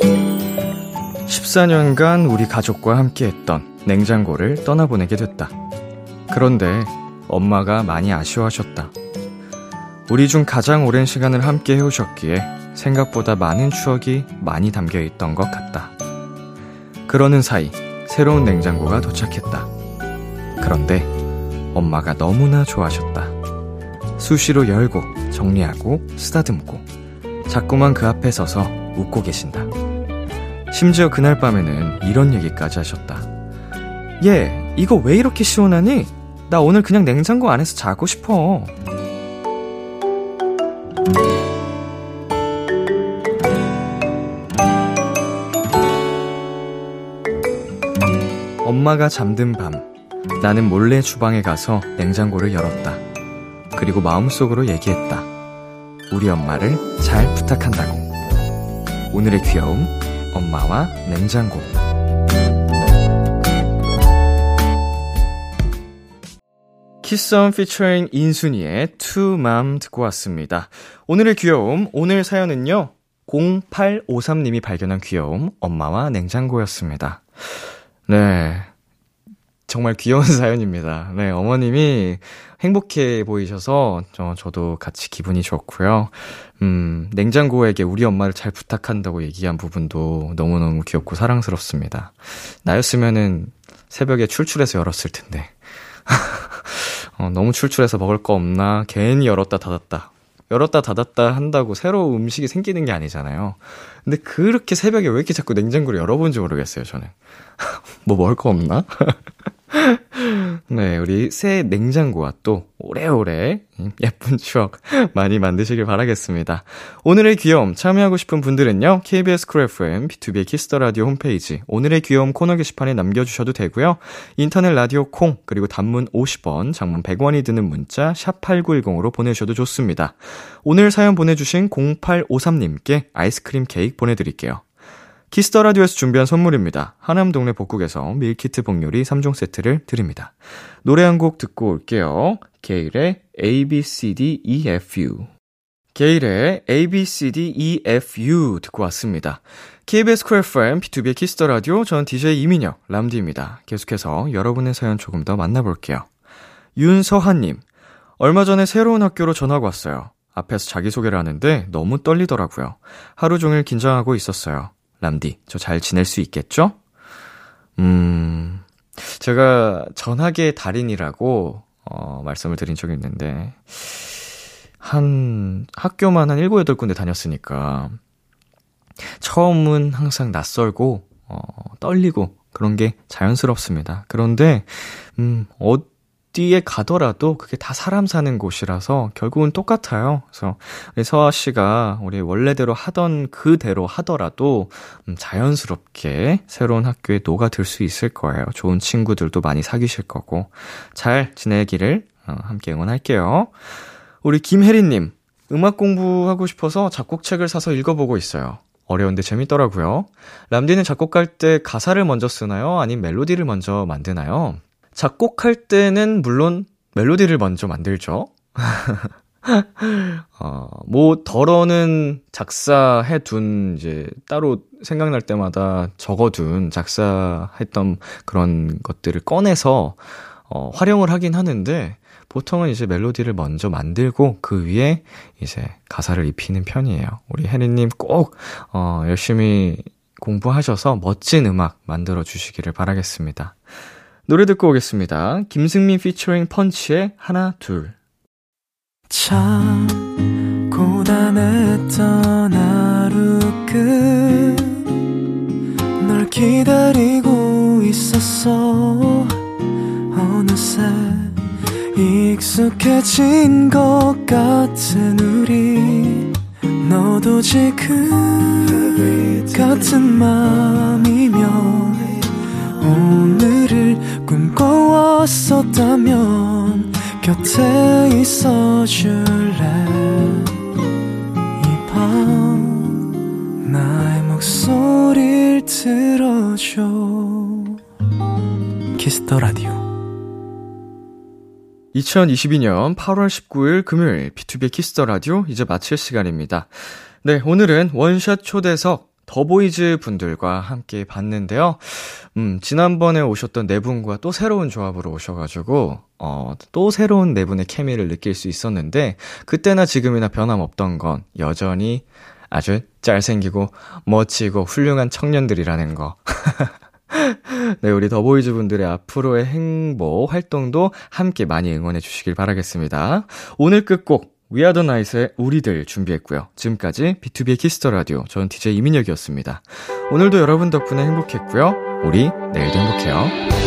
S13: 네. 14년간 우리 가족과 함께했던 냉장고를 떠나보내게 됐다. 그런데 엄마가 많이 아쉬워하셨다. 우리 중 가장 오랜 시간을 함께 해오셨기에 생각보다 많은 추억이 많이 담겨 있던 것 같다. 그러는 사이 새로운 냉장고가 도착했다. 그런데 엄마가 너무나 좋아하셨다. 수시로 열고 정리하고 쓰다듬고 자꾸만 그 앞에 서서 웃고 계신다. 심지어 그날 밤에는 이런 얘기까지 하셨다. 얘, 이거 왜 이렇게 시원하니? 나 오늘 그냥 냉장고 안에서 자고 싶어. 엄마가 잠든 밤, 나는 몰래 주방에 가서 냉장고를 열었다. 그리고 마음속으로 얘기했다. 우리 엄마를 잘 부탁한다고. 오늘의 귀여움, 엄마와 냉장고.
S2: 키썸 피처링 인순이의 투맘 듣고 왔습니다. 오늘의 귀여움, 오늘 사연은요.
S13: 0853님이 발견한 귀여움, 엄마와 냉장고였습니다. 네. 정말 귀여운 *laughs* 사연입니다. 네, 어머님이 행복해 보이셔서 저, 저도 같이 기분이 좋고요. 음, 냉장고에게 우리 엄마를 잘 부탁한다고 얘기한 부분도 너무너무 귀엽고 사랑스럽습니다. 나였으면은 새벽에 출출해서 열었을
S2: *laughs*
S13: 텐데. 어, 너무 출출해서 먹을 거 없나? 괜히 열었다 닫았다.
S2: 열었다 닫았다 한다고 새로 음식이 생기는 게 아니잖아요. 근데 그렇게 새벽에 왜 이렇게 자꾸 냉장고를 열어본지 모르겠어요, 저는. *laughs* 뭐 먹을 거 없나? 네, 우리 새 냉장고와 또 오래오래 예쁜 추억 *laughs* 많이 만드시길 바라겠습니다. 오늘의 귀여움 참여하고 싶은 분들은요, KBS 쿨 FM, B2B 키스터 라디오 홈페이지, 오늘의 귀여움 코너 게시판에 남겨주셔도 되고요, 인터넷 라디오 콩, 그리고 단문 50원, 장문 100원이 드는 문자, 샵8910으로 보내주셔도 좋습니다. 오늘 사연 보내주신 0853님께 아이스크림 케이크 보내드릴게요. 키스터 라디오에서 준비한 선물입니다. 하남 동네 복국에서 밀키트 복요리 3종 세트를 드립니다. 노래 한 곡 듣고 올게요. 게일의 A B C D E F U. 게일의 A B C D E F U 듣고 왔습니다. KBS 쿨 FM B2B 키스터 라디오 전 DJ 이민혁 람디입니다. 계속해서 여러분의 사연 조금 더 만나볼게요. 윤서한님 얼마 전에 새로운 학교로 전학 왔어요. 앞에서 자기소개를 하는데 너무 떨리더라고요. 하루 종일 긴장하고 있었어요. 람디, 저 잘 지낼 수 있겠죠? 음, 제가 전학의 달인이라고, 어, 말씀을 드린 적이 있는데, 한, 학교만 한 7, 8군데 다녔으니까, 처음은 항상 낯설고, 어, 떨리고, 그런 게 자연스럽습니다. 그런데, 음, 어, 어디에 가더라도 그게 다 사람 사는 곳이라서 결국은 똑같아요. 그래서 우리 서아 씨가 우리 원래대로 하던 그대로 하더라도 자연스럽게 음, 새로운 학교에 녹아들 수 있을 거예요. 좋은 친구들도 많이 사귀실 거고 잘 지내기를 어, 함께 응원할게요. 우리 김혜리님 음악 공부하고 싶어서 작곡책을 사서 읽어보고 있어요. 어려운데 재밌더라고요. 람디는 작곡할 때 가사를 먼저 쓰나요? 아니면 멜로디를 먼저 만드나요? 작곡할 때는 물론 멜로디를 먼저 만들죠. 어, 뭐, 덜어는 작사해 둔, 이제, 따로 생각날 때마다 적어둔 작사했던 그런 것들을 꺼내서, 어, 활용을 하긴 하는데, 보통은 이제 멜로디를 먼저 만들고, 그 위에 이제 가사를 입히는 편이에요. 우리 혜리님 꼭, 어, 열심히 공부하셔서 멋진 음악 만들어 주시기를 바라겠습니다. 노래 듣고 오겠습니다. 김승민 피처링 펀치의 하나 둘.
S9: 참 고단했던 하루 끝널 기다리고 있었어 어느새 익숙해진 것 같은 우리 너도 지금 같은 마음이면 오늘을 꿈꿔왔었다면 곁에 있어줄래 이 밤 나의 목소리를 들어줘 키스터라디오
S2: 2022년 8월 19일 금요일 B2B 키스터 라디오 이제 마칠 시간입니다. 네, 오늘은 원샷 초대석 더보이즈 분들과 함께 봤는데요. 음, 지난번에 오셨던 네 분과 또 새로운 조합으로 오셔가지고, 어, 또 새로운 네 분의 케미를 느낄 수 있었는데, 그때나 지금이나 변함없던 건 여전히 아주 잘생기고 멋지고 훌륭한 청년들이라는 거. *laughs* 네, 우리 더보이즈 분들의 앞으로의 행보, 활동도 함께 많이 응원해 주시길 바라겠습니다. 오늘 끝곡 위아더 나이스의 우리들 준비했고요. 지금까지 B2B 키스터 라디오 저는 DJ 이민혁이었습니다. 오늘도 여러분 덕분에 행복했고요. 우리 내일도 행복해요.